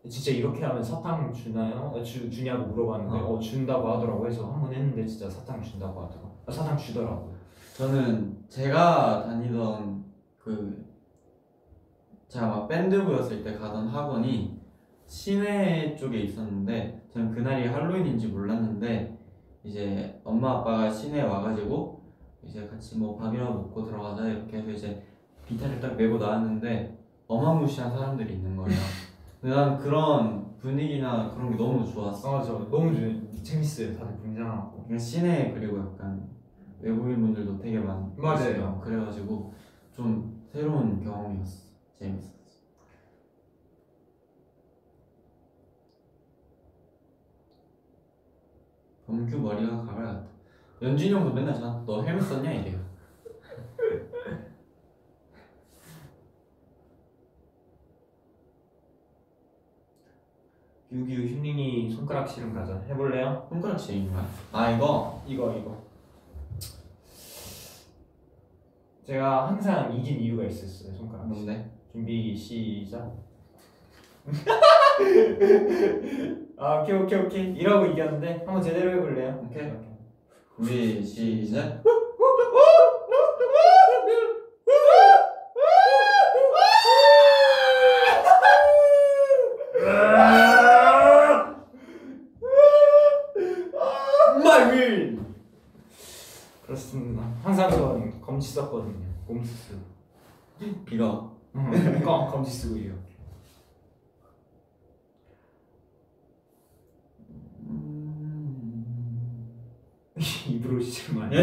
Speaker 3: 진짜 이렇게 하면 사탕 주나요? 어, 주, 주냐고 물어봤는데
Speaker 1: 어.
Speaker 3: 어. 준다고 하더라고 해서 한 번 했는데 진짜 사탕 준다고 하더라고 아, 사탕 주더라고요
Speaker 1: 저는 제가 다니던 그 제가 막 밴드부였을 때 가던 학원이 시내 쪽에 있었는데 저는 그날이 할로윈인지 몰랐는데 이제 엄마 아빠가 시내에 와가지고 이제 같이 뭐 밥이라도 먹고 들어가자 이렇게 해서 이제 비타를 딱 메고 나왔는데 어마무시한 사람들이 있는 거예요 근데 난 그런 분위기나 그런 게 너무 좋았어
Speaker 3: 아저 너무 재- 재밌어요 다들 분장하고
Speaker 1: 그냥 시내 그리고 약간 외국인 분들도 되게 많
Speaker 3: 맞아요.
Speaker 1: 있어요. 그래가지고 좀 새로운 경험이었어. 재밌었어. 범규 머리가 가발 같다. 연준이 형도 맨날 저한테 너 헬멧 썼냐 이래요.
Speaker 3: 유기유 휴닝이 손가락 실험 가자 해볼래요?
Speaker 1: 손가락 쉐인 거야? 아 이거
Speaker 3: 이거 이거 제가 항상 이긴 이유가 있었어요 손가락 실.
Speaker 1: 뭔데?
Speaker 3: 준비 시작 아 오케이 오케이 오케이 이러고 이겼는데 한번 제대로 해볼래요?
Speaker 1: 오케이. 우리 시작. My
Speaker 3: 꼼수.
Speaker 1: 이거
Speaker 3: 응. 검 검지 쓰고 이요. 음. 입으로 진짜 많이.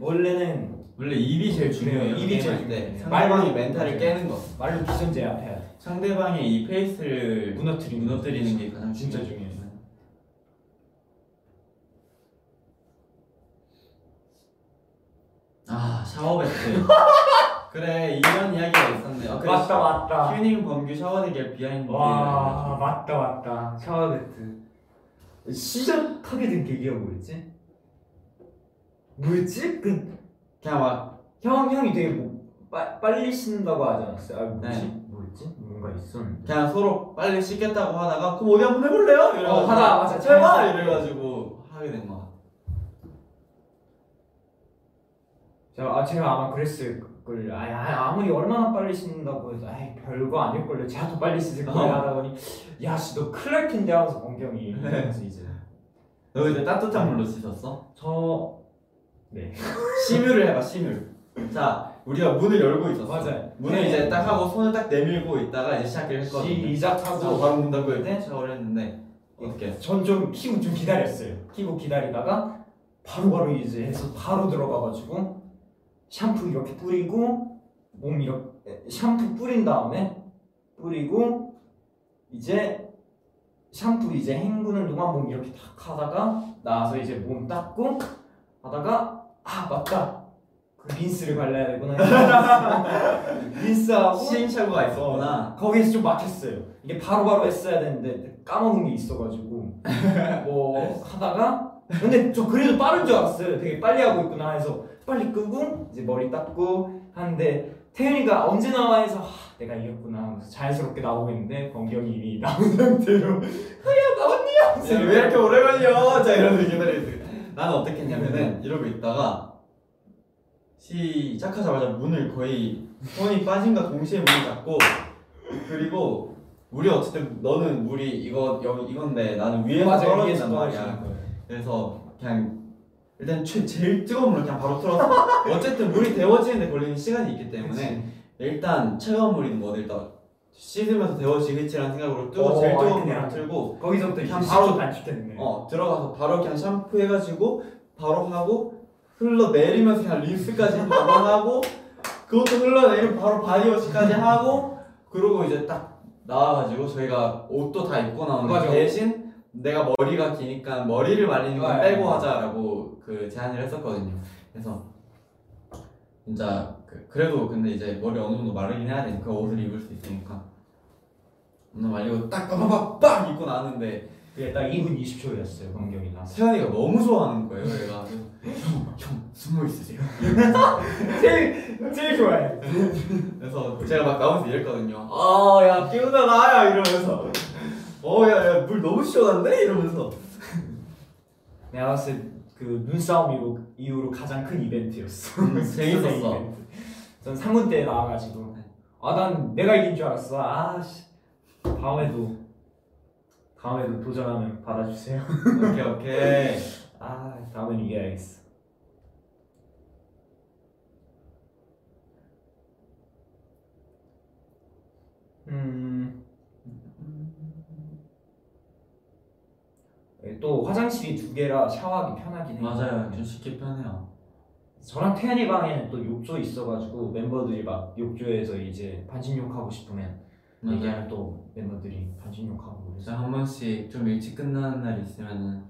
Speaker 3: 원래는
Speaker 1: 원래 입이 제일 중요해요.
Speaker 3: 네, 입이 제일
Speaker 1: 네.
Speaker 3: 중요해요.
Speaker 1: 말방이
Speaker 3: 말방이
Speaker 1: 멘탈을
Speaker 3: 맞아요.
Speaker 1: 깨는 거.
Speaker 3: 말로 기선제 앞에
Speaker 1: 상대방의 이 페이스를 무너뜨리 무너뜨리는 게 가장
Speaker 3: 진짜
Speaker 1: 중요해요.
Speaker 3: 중요해.
Speaker 1: 아 샤워 배틀. 그래 이런 이야기가 있었네요. 아, 그래,
Speaker 3: 맞다 맞다.
Speaker 1: 휴닝 범규 샤워대결 비하인드.
Speaker 3: 와 맞다 맞다. 샤워 배트. 시작하게 된 계기가 뭐였지? 뭐였지? 그
Speaker 1: 그냥 막
Speaker 3: 형 형이 되게 뭐, 빠, 빨리 신다고 하지 않았어요? 아 뭐지?
Speaker 1: 네.
Speaker 3: 뭐였지? 뭔가 있었는데.
Speaker 1: 그냥 서로 빨리 씻겠다고 하다가 그럼 어디 한번 해볼래요? 이래가지고
Speaker 3: 어, 하다, 맞아.
Speaker 1: 제발
Speaker 3: 재밌어.
Speaker 1: 이래가지고 하게 된 거야.
Speaker 3: 제가 아 제가 아마 그랬을 걸. 아, 아 아무리 얼마나 빨리 씻는다고 해도 아이 별거 아닐 걸요. 제가 더 빨리 씻을 거야
Speaker 1: 어.
Speaker 3: 하다 보니 야씨너 큰일 날 텐데 하면서 원경이
Speaker 1: 네.
Speaker 3: 그래서 이제
Speaker 1: 너 이제 따뜻한 물로 씻었어?
Speaker 3: 저
Speaker 1: 심유를 해봐 심유. 자 우리가 문을 열고 있었어.
Speaker 3: 맞아요.
Speaker 1: 문을
Speaker 3: 네.
Speaker 1: 이제 딱 하고 손을 딱 내밀고 있다가 이제 시작을 했거든요. 자,
Speaker 3: 시작하고
Speaker 1: 바로 문 닫고 할때 샤워를 했는데 어떻게?
Speaker 3: 예, 전 좀 키고 좀 기다렸어요. 키고 기다리다가 바로바로 이제 해서 바로 들어가가지고 샴푸 이렇게 뿌리고 몸 이렇게 예, 샴푸 뿌린 다음에 뿌리고 이제 샴푸 이제 헹구는 동안 몸 이렇게 탁 하다가 나와서 이제 몸 닦고 하다가 아 맞다 그 린스를 발라야 되구나 해서 린스하고
Speaker 1: 시행착오가 있었구나.
Speaker 3: 거기에서 좀 막혔어요. 이게 바로바로 했어야 되는데 까먹은 게 있어가지고 뭐 하다가 근데 저 그래도 빠른 줄 알았어요. 되게 빨리 하고 있구나 해서 빨리 끄고 이제 머리 닦고 하는데 태윤이가 언제 나와 해서 하, 내가 이겼구나 하면서 자연스럽게 나오고 있는데 범경이 이미 나온 상태로 하야 나왔니야
Speaker 1: 야, 왜 이렇게 오래 걸려? 자 이러면서 기다리고 나는 어떻게 했냐면은 이러고 있다가 시작하자마자 문을 거의 손이 빠진과 동시에 문을 닫고 그리고 우리 어쨌든 너는 물이 이거 여기 이건데 나는 위에서 떨어진단 말이야 그래서 그냥 일단 최, 제일 뜨거운 물을 그냥 바로 틀었어 어쨌든 물이 데워지는데 걸리는 시간이 있기 때문에 일단 차가운 물이든 뭐든 일단 씻으면서 데워지겠지라는 생각으로 뜨거
Speaker 3: 어,
Speaker 1: 제일
Speaker 3: 아니,
Speaker 1: 뜨거운
Speaker 3: 그냥.
Speaker 1: 물을 틀고
Speaker 3: 뭐 거기서부터
Speaker 1: 그냥
Speaker 3: 그냥
Speaker 1: 바로
Speaker 3: 바로 단축됐네.
Speaker 1: 어 들어가서 바로 그냥 샴푸 해가지고 바로 하고 흘러 내리면서 그냥 린스까지 바로 하고 그것도 흘러 내리면 바로 바디워시까지 하고 그러고 이제 딱 나와가지고 저희가 옷도 다 입고 나오는
Speaker 3: 맞아.
Speaker 1: 대신 내가 머리가 기니까 머리를 말리는 건
Speaker 3: 네.
Speaker 1: 빼고 하자라고 그 제안을 했었거든요. 그래서 진짜 그, 그래도 근데 이제 머리 어느 정도 마르긴 해야 되니까 그 옷을 입을 수 있으니까 오늘 말리고 딱 빠바박 입고 나왔는데
Speaker 3: 그게 딱 2분 20초였어요 범경이 나.
Speaker 1: 세연이가 너무 좋아하는 거예요. 얘가 형, 형 숨어 있으세요.
Speaker 3: 제일 제일 좋아해.
Speaker 1: 그래서 제가 막 나오면서 이랬거든요. 아야 깨우다 나야 이러면서. 어야야 물 너무 시원한데 이러면서.
Speaker 3: 내가 봤을 때그 눈싸움 이후, 이후로 가장 큰 이벤트였어.
Speaker 1: 음,
Speaker 3: 진짜
Speaker 1: 재밌었어.
Speaker 3: 이벤트. 전 3군 때 나와가지고
Speaker 1: 네.
Speaker 3: 아 난 내가 이긴 줄 알았어. 아씨 다음에도 다음에도 도전하면 받아주세요.
Speaker 1: 오케이 오케이.
Speaker 3: 아 다음엔 이겨야겠어. 음. 또 화장실이 두 개라 샤워하기 편하긴 해요.
Speaker 1: 좀 쉽게 편해요.
Speaker 3: 저랑 태연이 방에는 또 욕조 있어가지고 멤버들이 막 욕조에서 이제 반신욕하고 싶으면
Speaker 1: 맞아요.
Speaker 3: 얘기하면 또 멤버들이 반신욕하고 그래서
Speaker 1: 한 번씩 좀 일찍 끝나는 날이 있으면은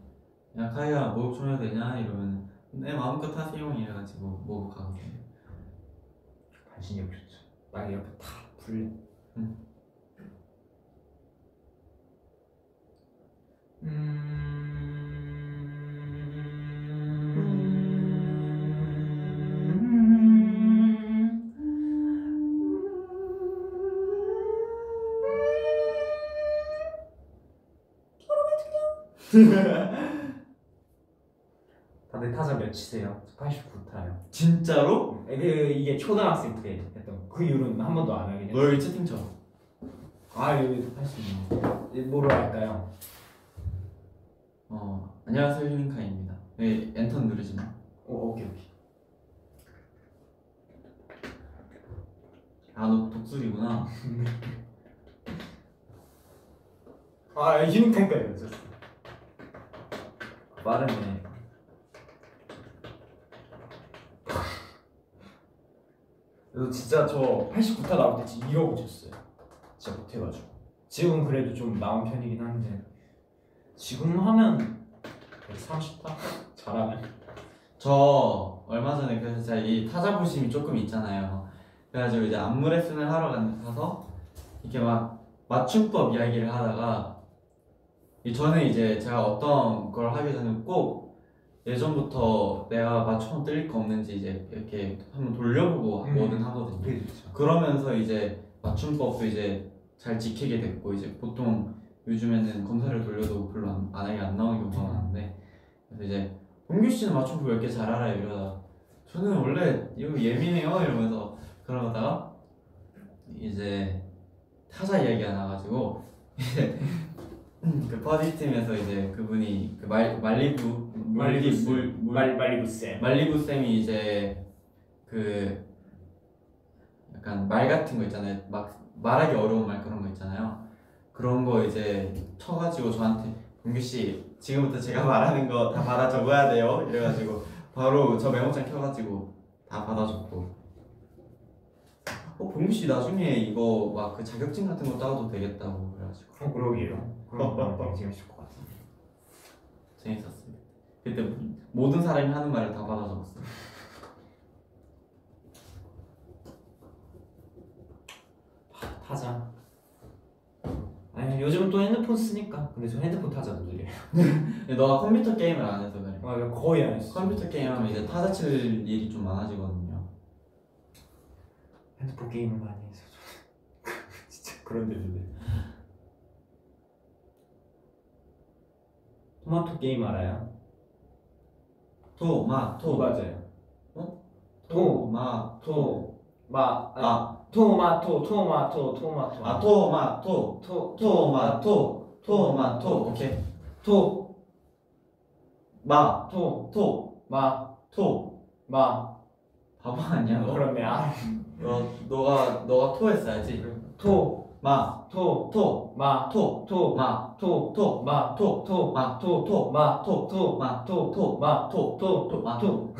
Speaker 1: 야 카이야 목욕 좀 해야 되냐 이러면 내 마음껏 하세요 이래가지고 목욕하고.
Speaker 3: 반신욕 좋죠. 막 이렇게 다 불려.
Speaker 1: 음.
Speaker 3: 다들 타자 몇 치세요? 89타요.
Speaker 1: 진짜로?
Speaker 3: 그 이게 초등학생 때 했던 그 이후로는 한 번도 안 하긴 했어요.
Speaker 1: 널 채팅쳐.
Speaker 3: 아 여기도 80. 예, 뭐로 할까요?
Speaker 1: 어 안녕하세요
Speaker 3: 어,
Speaker 1: 휴닝카입니다. 네 엔터 누르지 마.
Speaker 3: 오 오케이 오케이.
Speaker 1: 아 너 독수리구나.
Speaker 3: 아 휴닝탱크에 있었어 빠르네 그래서 진짜 저 89타 나올 때 진짜 이러고 쳤어요 진짜 못해가지고 지금은 그래도 좀 나은 편이긴 한데 지금 하면 30타? 잘하면
Speaker 1: 저 얼마 전에 그래서 제가 이 타자부심이 조금 있잖아요. 그래가지고 이제 안무 레슨을 하러 간- 가서 이렇게 막 맞춤법 이야기를 하다가 이 저는 이제 제가 어떤 걸 하기 전에 꼭 예전부터 내가 맞춤 틀릴 거 없는지 이제 이렇게 한번 돌려보고
Speaker 3: 음.
Speaker 1: 뭐든 하거든요.
Speaker 3: 그게 좋죠
Speaker 1: 그러면서 이제 맞춤법도 이제 잘 지키게 됐고 이제 보통 요즘에는 검사를 돌려도 별로 안, 만약에 안 나오는 경우가 많은데 그래서 이제 동규 씨는 맞춤법 왜 이렇게 잘 알아요 이러다 저는 원래 이거 예민해요 이러면서 그러다가 이제 타자 이야기가 나가지고 이제 그 버디 팀에서 이제 그분이 그 말, 말리부
Speaker 3: 말리부 쌤.
Speaker 1: 물, 물,
Speaker 3: 말, 말리부쌤
Speaker 1: 네, 말리부 쌤이 이제 그 약간 말 같은 거 있잖아요. 막 말하기 어려운 말 그런 거 있잖아요. 그런 거 이제 쳐가지고 저한테 동규 씨 지금부터 제가 말하는 거 다 받아 적어야 돼요. 이래가지고 바로 저 메모장 켜가지고 다 받아 적고. 어 동규 씨 나중에 이거 막 그 자격증 같은 거 따도 되겠다고 그래가지고
Speaker 3: 어, 그러게요 그런 거 되게 재밌을 것 같아요
Speaker 1: 재밌었습니다. 그때 모든 사람이 하는 말을 다 받아 적었어요.
Speaker 3: 타자. 아니 요즘 또 핸드폰 쓰니까. 근데 저 핸드폰 타자도 느려요.
Speaker 1: 근데 너가 컴퓨터 게임을 안 해서 그래.
Speaker 3: 아, 거의 안 했어.
Speaker 1: 컴퓨터 게임하면 이제 타자 칠 일이 좀 많아지거든요.
Speaker 3: 핸드폰 게임을 많이 해서 좀- 진짜 그런 데인데. 토마토 게임 알아요?
Speaker 1: 토, 마,
Speaker 3: 토
Speaker 1: 토,
Speaker 3: 맞아요.
Speaker 1: 어?
Speaker 3: 토,
Speaker 1: 마,
Speaker 3: 토, 마, 아니,
Speaker 1: 아,
Speaker 3: 토마토, 토마토, 토마토.
Speaker 1: 아, 토, 마, 토,
Speaker 3: 토,
Speaker 1: 토, 마, 토, 토, 마, 토, 오케이.
Speaker 3: 토,
Speaker 1: 마,
Speaker 3: 토,
Speaker 1: 토,
Speaker 3: 마,
Speaker 1: 토.
Speaker 3: 마.
Speaker 1: 바보 아니야 너?
Speaker 3: 그러네. 아,
Speaker 1: 너, 너가, 너가 토했어야지.
Speaker 3: 토,
Speaker 1: 마,
Speaker 3: 토,
Speaker 1: 토,
Speaker 3: 마,
Speaker 1: 토,
Speaker 3: 토,
Speaker 1: 마,
Speaker 3: 토,
Speaker 1: 토,
Speaker 3: 마,
Speaker 1: 토,
Speaker 3: 토,
Speaker 1: 마,
Speaker 3: 토,
Speaker 1: 토,
Speaker 3: 마,
Speaker 1: 토,
Speaker 3: 토,
Speaker 1: 마,
Speaker 3: 토,
Speaker 1: 토,
Speaker 3: 마,
Speaker 1: 토,
Speaker 3: 토,
Speaker 1: 토, 마,
Speaker 3: 토.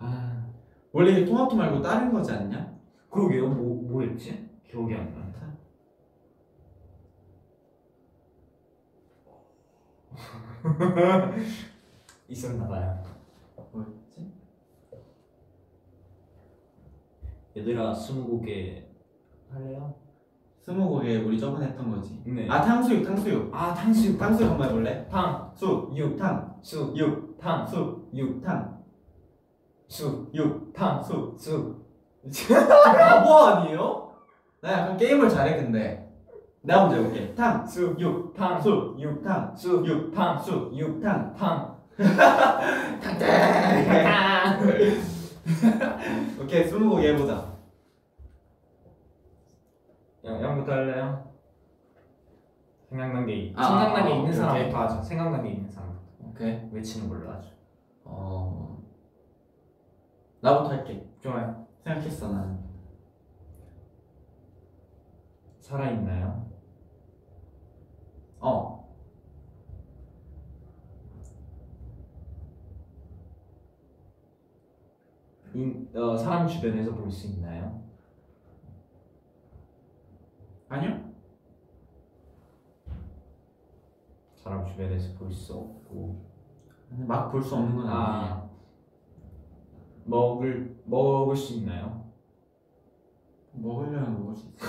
Speaker 3: 아,
Speaker 1: 원래 이게 토마토 말고 다른 거지 않냐?
Speaker 3: 그러게요. 뭐 뭐였지? 기억이 안 나. 있었나 봐요.
Speaker 1: 뭐였지?
Speaker 3: 얘들아 스무고개 할래요?
Speaker 1: 스무고개 우리 저번에 했던 거지.
Speaker 3: 네.
Speaker 1: 아, 탕수육, 탕수육.
Speaker 3: 아 탕수육
Speaker 1: 탕수육 한번 해볼래?
Speaker 3: 탕,
Speaker 1: 수, 육, 탕,
Speaker 3: 수,
Speaker 1: 육,
Speaker 3: 탕,
Speaker 1: 수,
Speaker 3: 육,
Speaker 1: 육, 탕,
Speaker 3: 수,
Speaker 1: 육,
Speaker 3: 탕,
Speaker 1: 수.
Speaker 3: 수.
Speaker 1: 바보 아니에요? 나 약간 게임을 잘해 근데. 나 먼저 해볼게. 탕,
Speaker 3: 수,
Speaker 1: 육,
Speaker 3: 탕, 수,
Speaker 1: 수, 육, 탕,
Speaker 3: 수,
Speaker 1: 육,
Speaker 3: 탕,
Speaker 1: 수,
Speaker 3: 육,
Speaker 1: 탕.
Speaker 3: 탕.
Speaker 1: 오케이, 스무고개 해보자.
Speaker 3: 양 양부터 할래요? 생각난 게
Speaker 1: 아,
Speaker 3: 생각난 게
Speaker 1: 아,
Speaker 3: 있는
Speaker 1: 오케이, 오케이.
Speaker 3: 사람부터 하죠. 생각난 게 있는 사람.
Speaker 1: 오케이.
Speaker 3: 외치는 걸로 하죠.
Speaker 1: 어. 나부터 할게.
Speaker 3: 좋아요.
Speaker 1: 생각했어, 난.
Speaker 3: 살아 있나요?
Speaker 1: 어.
Speaker 3: 인, 어, 사람 주변에서 볼 수 있나요?
Speaker 1: 아니요?
Speaker 3: 사람 주변에서 볼 수 없고.
Speaker 1: 막 볼 수 없는 건 아니에요.
Speaker 3: 아 먹을 먹을 수 있나요?
Speaker 1: 뭐 먹으려면 먹을 수 있어.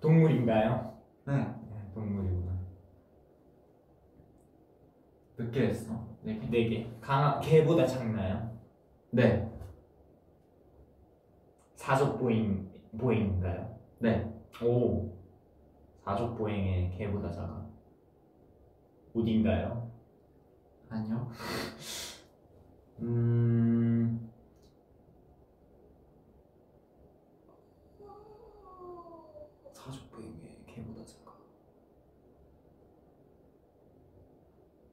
Speaker 3: 동물인가요?
Speaker 1: 네.
Speaker 3: 네, 동물이구나.
Speaker 1: 몇 개 했어? 네 개.
Speaker 3: 네 개. 강아 개보다 작나요?
Speaker 1: 네.
Speaker 3: 사족 보행 보행인가요?
Speaker 1: 네.
Speaker 3: 오. 사족 보행의 개보다 작아. 어딘가요?
Speaker 1: 아니요.
Speaker 3: 음. 사족 보행의 개보다 작아.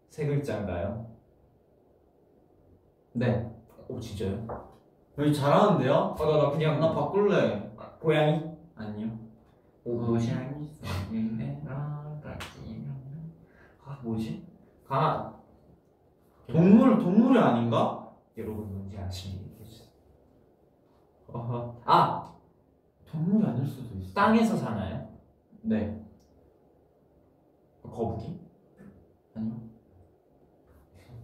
Speaker 3: 세 글자인가요?
Speaker 1: 네.
Speaker 3: 오 진짜요?
Speaker 1: 여기 잘하는데요?
Speaker 3: 아나 나 그냥
Speaker 1: 나 바꿀래.
Speaker 3: 고양이?
Speaker 1: 아니요. 음. 네.
Speaker 3: 오 뭐지? 아 뭐지? 강아
Speaker 1: 동물 동물이 아닌가?
Speaker 3: 여러분 뭔지 아십니까? 어허 아
Speaker 1: 동물이 아닐 수도 있어.
Speaker 3: 땅에서 사나요?
Speaker 1: 네.
Speaker 3: 거북이?
Speaker 1: 아니요.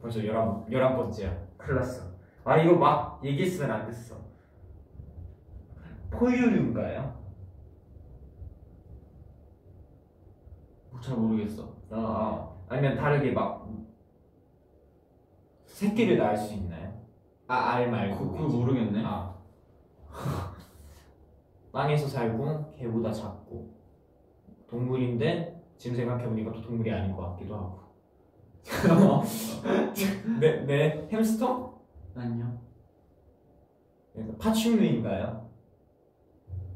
Speaker 3: 벌써 열한 열한 번째야. 큰일 났어. 아 이거 막 얘기했으면 안 됐어. 포유류인가요?
Speaker 1: 뭐 잘 모르겠어.
Speaker 3: 어, 어. 아니면 다르게 막 새끼를 낳을 수 있나요? 아 알 말고.
Speaker 1: 그, 그걸 모르겠네.
Speaker 3: 아. 땅에서 살고 개보다 작고 동물인데 지금 생각해보니까 또 동물이 아닌 것 같기도 하고 네, 네 햄스터?
Speaker 1: 아니요.
Speaker 3: 그러니까 파충류인가요?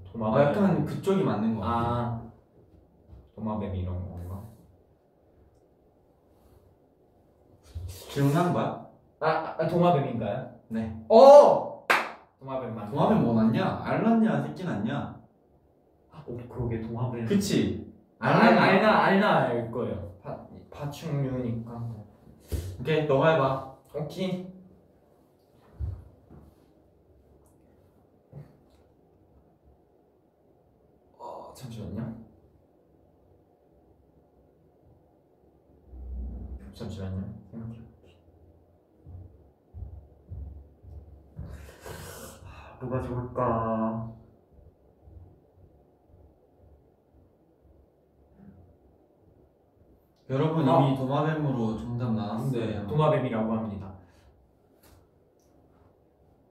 Speaker 3: 도마뱀
Speaker 1: 아, 약간 그쪽이 맞는 것 같아.
Speaker 3: 아 도마뱀 이런 건가?
Speaker 1: 기억나는 거야?
Speaker 3: 아, 아, 아 도마뱀인가요?
Speaker 1: 네.
Speaker 3: 어! 도마뱀 맞나?
Speaker 1: 동화면 뭐 났냐? 알났냐? 새끼 났냐?
Speaker 3: 아, 오, 그러게
Speaker 1: 음.
Speaker 3: 도마뱀
Speaker 1: 그치?
Speaker 3: 아, 알, 알, 알나 알나 알 거예요 파, 파충류니까
Speaker 1: 오케이, 너가 해봐.
Speaker 3: 오케이. 어, 잠시만요. 잠시만요. 생각해. 뭐가 좋을까?
Speaker 1: 여러분
Speaker 3: 아.
Speaker 1: 이미 도마뱀으로 정답 나왔는데
Speaker 3: 도마뱀이라고 합니다.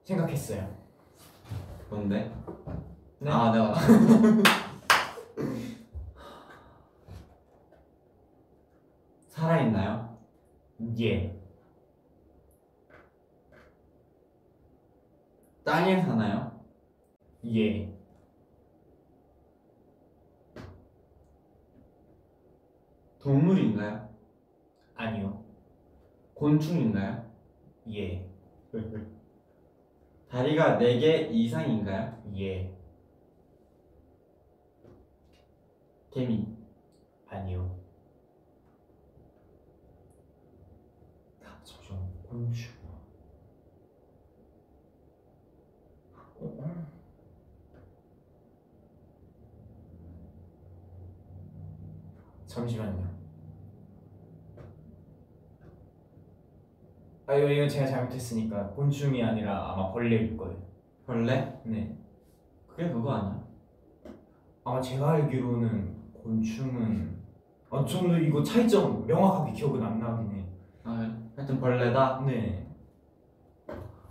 Speaker 3: 생각했어요.
Speaker 1: 뭔데?
Speaker 3: 네?
Speaker 1: 아, 내가 살아 있나요?
Speaker 3: 예.
Speaker 1: 땅에 사나요?
Speaker 3: 예.
Speaker 1: 동물인가요?
Speaker 3: 아니요.
Speaker 1: 곤충인가요?
Speaker 3: 예.
Speaker 1: 다리가 4개 이상인가요?
Speaker 3: 예.
Speaker 1: 개미
Speaker 3: 아니요. 잠시만 곤충. 잠시만요. 아 이거 이거 제가 잘못했으니까 곤충이 아니라 아마 벌레일 거예요.
Speaker 1: 벌레?
Speaker 3: 네.
Speaker 1: 그게 그거 아니야?
Speaker 3: 아마 제가 알기로는 곤충은 아 저는 이거 차이점 명확하게 기억은 안 나긴 해.
Speaker 1: 아, 하여튼 벌레다
Speaker 3: 네.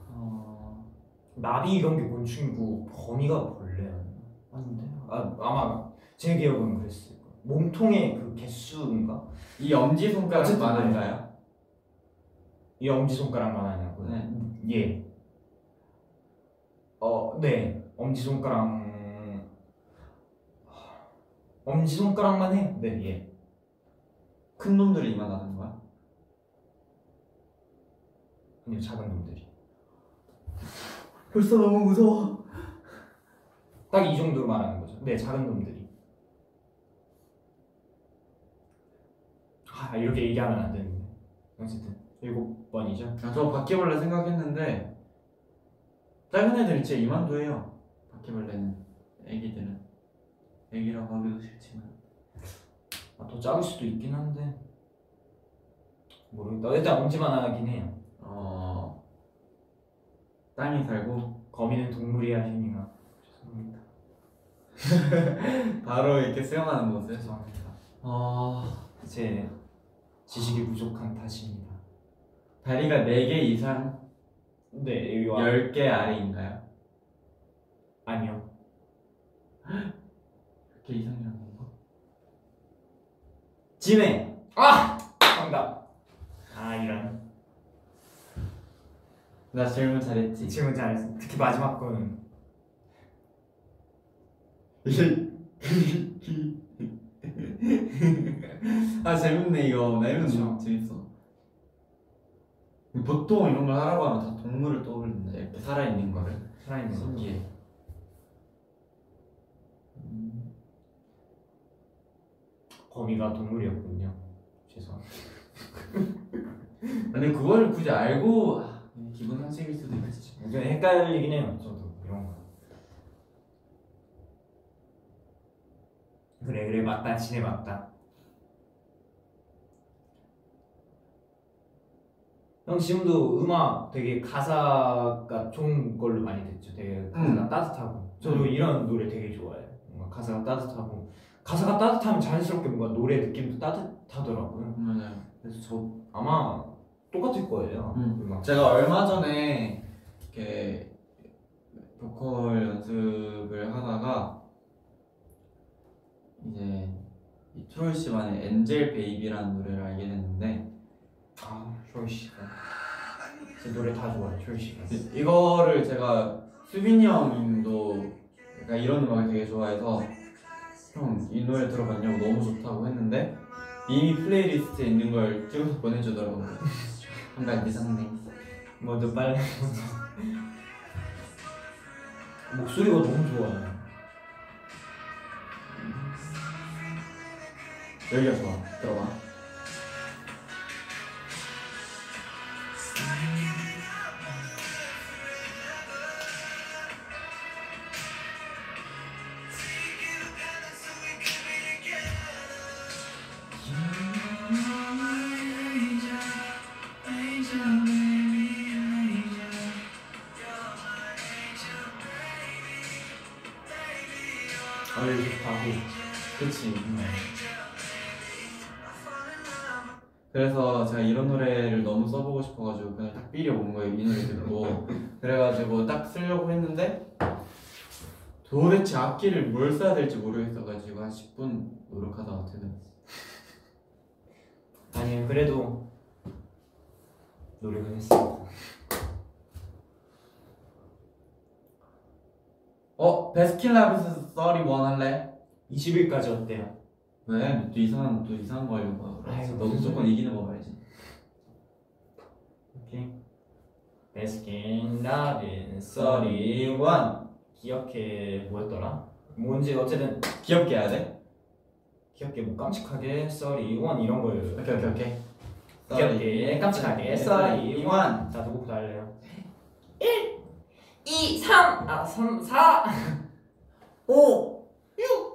Speaker 1: 어...
Speaker 3: 나비 이런 게 곤충이고 거미가 벌레였나? 아닌데? 아, 아마 제 기억은 그랬을 거예요 몸통의 그 개수인가?
Speaker 1: 이 엄지손가락
Speaker 3: 어쨌든
Speaker 1: 많은가요?
Speaker 3: 이 엄지손가락만 하냐고요?
Speaker 1: 네.
Speaker 3: 예 어, 네 엄지손가락 엄지손가락만 해? 네, 예
Speaker 1: 큰 놈들이 이만하는 거야?
Speaker 3: 아니요, 작은 놈들이
Speaker 1: 벌써 너무 무서워
Speaker 3: 딱 이 정도로 말하는 거죠 네, 작은 놈들이 아, 이렇게 얘기하면 안 되는데 어쨌든 일곱 번이죠
Speaker 1: 아, 저 바퀴벌레 생각했는데 작은 애들 진짜 이만도 해요 바퀴벌레는 애기들은 애기라고 하기도 싫지만
Speaker 3: 아, 더 작을 수도 있긴 한데 모르겠다. 일단 엄지만 하긴 해요.
Speaker 1: 어... 땅에 살고
Speaker 3: 거미는 동물이야 혜민아. 죄송합니다.
Speaker 1: 바로 이렇게 수영하는 모습
Speaker 3: 죄송합니다.
Speaker 1: 어...
Speaker 3: 제 지식이 부족한 탓입니다.
Speaker 1: 다리가 4개 이상
Speaker 3: 네, 이거 아-
Speaker 1: 10개 아래인가요?
Speaker 3: 아니요.
Speaker 1: 그 이렇게 이상이라는 건가?
Speaker 3: 지네. 아 정답. 아 이런.
Speaker 1: 나 질문 잘했지?
Speaker 3: 질문 잘했어. 특히 마지막 거는
Speaker 1: 아 재밌네 이거 나 이런 거
Speaker 3: 그쵸.
Speaker 1: 재밌어 보통 이런 걸 하라고 하면 다 동물을 떠올린다. 이렇게 살아있는 거를.
Speaker 3: 살아있는 거.
Speaker 1: 신기해. 음.
Speaker 3: 거미가 동물이었군요. 죄송합니다.
Speaker 1: 근데 그거를 굳이 알고 아, 기분 상실일 수도 있겠지.
Speaker 3: 좀 헷갈리긴 해요. 저도 이런 거. 그래 그래 맞다 지네 맞다. 형 지금도 음악 되게 가사가 좋은 걸로 많이 듣죠. 되게 가사가 따뜻하고 저도 이런 노래 되게 좋아해요. 뭔가 가사가 따뜻하고 가사가 따뜻하면 자연스럽게 뭔가 노래 느낌도 따뜻하더라고요.
Speaker 1: 맞아요.
Speaker 3: 그래서 저 아마 똑같을 거예요.
Speaker 1: 음.
Speaker 3: 음악.
Speaker 1: 제가 얼마 전에 이렇게 보컬 연습을 하다가 이제 이 트로이 씨만의 엔젤 베이비라는 노래를 알게 됐는데
Speaker 3: 아, 쇼이 씨가 제 노래 다 좋아요. 쇼이 씨가.
Speaker 1: 그 이- 이거를 제가 수빈이 형님도 약간 이런 음악을 되게 좋아해서 형 이 노래 들어봤냐고 너무 좋다고 했는데 이미 플레이리스트에 있는 걸 찍어서 보내주더라고요. 한간 이상네.
Speaker 3: 모두 빨리. 목소리가 너무 좋아요.
Speaker 1: 여기가 좋아. 들어봐.
Speaker 3: 아, 이거 좋다고.
Speaker 1: 그치. 네. 그래서 제가 이런 노래를 너무 써보고 싶어가지고 그냥 딱 삐려 온 거예요 이 노래 듣고 그래가지고 딱 쓰려고 했는데 도대체 악기를 뭘 써야 될지 모르겠어가지고 한 10분 노력하다가 퇴근했어요
Speaker 3: 아니, 그래도 노력은 했어.
Speaker 1: 어? 베스킨라빈스 31 할래?
Speaker 3: 20일까지 어때요?
Speaker 1: 왜? 또 이상한 또 이상한 거 하려고 하고 그래.
Speaker 3: 아이고,
Speaker 1: 너
Speaker 3: 무슨
Speaker 1: 무조건 이기는 거 말이지
Speaker 3: 오케이. 베스킨 라빈 31 기억해 뭐였더라? 뭔지 어쨌든
Speaker 1: 귀엽게 해야 돼?
Speaker 3: 귀엽게 뭐 깜찍하게 31 이런 거예요.
Speaker 1: 오케이 오케이 오케이 네.
Speaker 3: 귀엽게 깜찍하게
Speaker 1: 31
Speaker 3: 31 자, 누구부터 할래요? 1 2 3 아, 3 4 5 6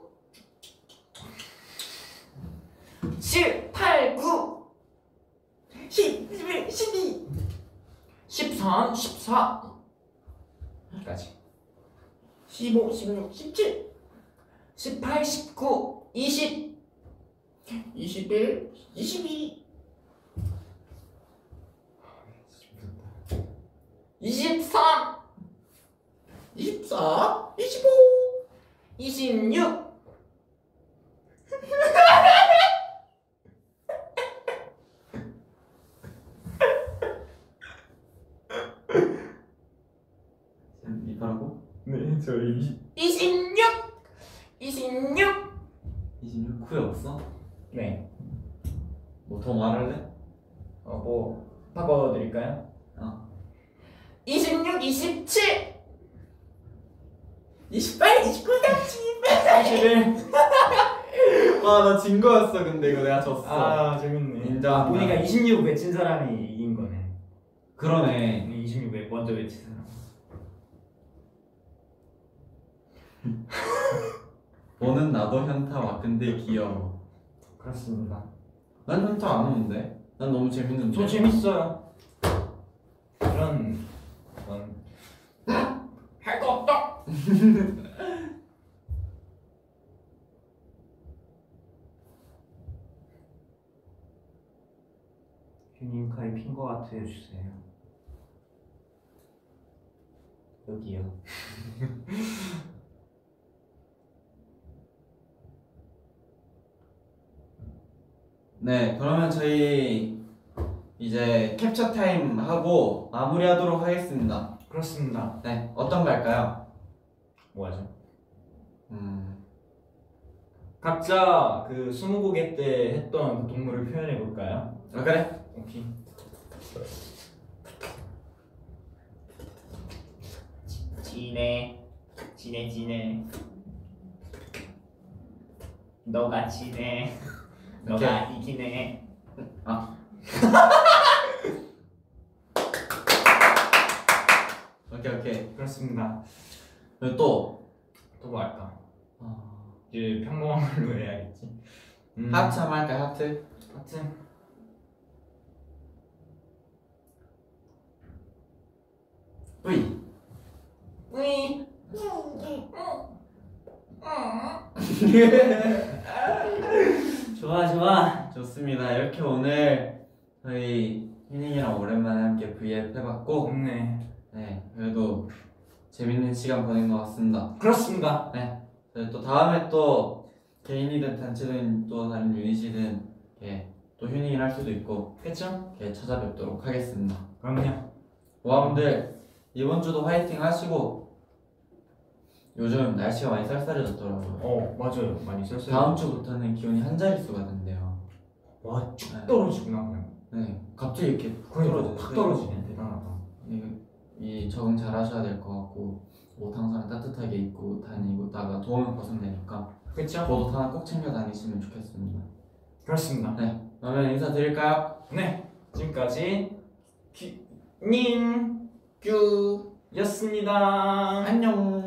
Speaker 3: 7 8 9 10 11 12 13 14 까지 15 16 17 18 19 20 21 22 23 24 25 26
Speaker 1: 음, 이빨하고
Speaker 7: 네, 저 이,
Speaker 3: 26 26
Speaker 1: 26 후회 없어?
Speaker 3: 네.
Speaker 1: 뭐 더 말할래?
Speaker 3: 어, 뭐 바꿔 드릴까요?
Speaker 1: 어.
Speaker 3: 26 27 28 29 30 31
Speaker 1: 아 나 진 거였어 근데 이거 내가 졌어
Speaker 3: 아, 재밌네.
Speaker 1: 인정한다.
Speaker 3: 보니까 26 외친 사람이 이긴 거네.
Speaker 1: 그러네
Speaker 3: 26 왜 먼저 외친 사람.
Speaker 1: 너는 나도 현타 와 근데 귀여워
Speaker 3: 그렇습니다.
Speaker 1: 난 현타 안 오는데 난 너무 재밌는데
Speaker 3: 저 재밌어요. 이런 건 할거 없다. 휴닝카이 핑거 아트 해주세요. 여기요.
Speaker 1: 네 그러면 저희 이제 캡처 타임 하고 마무리하도록 하겠습니다
Speaker 3: 그렇습니다.
Speaker 1: 네 어떤 거 할까요?
Speaker 3: 뭐하죠?
Speaker 1: 음
Speaker 3: 각자 그 스무고개 때 했던 그 동물을 표현해 볼까요?
Speaker 1: 아, 그래?
Speaker 3: 오케이. 지네 지네 지네 너가 지네 너가 이기네
Speaker 1: 오케이 오케이.
Speaker 3: 그렇습니다
Speaker 1: 그리고 또
Speaker 3: 또 뭐 할까
Speaker 1: 어,
Speaker 3: 이제 평범한 걸로 해야겠지 음,
Speaker 1: 하트 한번 할까 하트?
Speaker 3: 하트
Speaker 1: 뿌이.
Speaker 3: 으이
Speaker 1: 좋아 좋아. 좋습니다. 이렇게 오늘 저희 희닝이랑 오랜만에 함께 V앱 해봤고
Speaker 3: 네
Speaker 1: 네 그래도 재밌는 시간 보낸 것 같습니다.
Speaker 3: 그렇습니다
Speaker 1: 네. 저희 또 다음에 또 개인이든 단체든 또 다른 유닛이든 예, 또 휴닝을 할 수도 있고
Speaker 3: 그쵸?
Speaker 1: 예, 찾아뵙도록 하겠습니다.
Speaker 3: 그럼요
Speaker 1: 모아분들 이번 주도 화이팅 하시고 요즘 날씨가 많이 쌀쌀해졌더라고요.
Speaker 3: 어 맞아요 많이 썼어요
Speaker 1: 다음 주부터는 기온이 한 자릿수가 된대요.
Speaker 3: 와쭉 떨어지구나 그냥
Speaker 1: 네, 갑자기 이렇게 훅
Speaker 3: 그러니까
Speaker 1: 떨어져요.
Speaker 3: 확 떨어지네 대단하다
Speaker 1: 이, 이 적응 잘 하셔야 될 것 같고 옷 항상 따뜻하게 입고 다니고다가 도움을 벗으면 되니까
Speaker 3: 그쵸?
Speaker 1: 보옷 하나 꼭 챙겨 다니시면 좋겠습니다.
Speaker 3: 그렇습니다
Speaker 1: 그러면 인사 드릴까요?
Speaker 3: 네, 지금까지 귀, 님, 규, 였습니다.
Speaker 1: 안녕.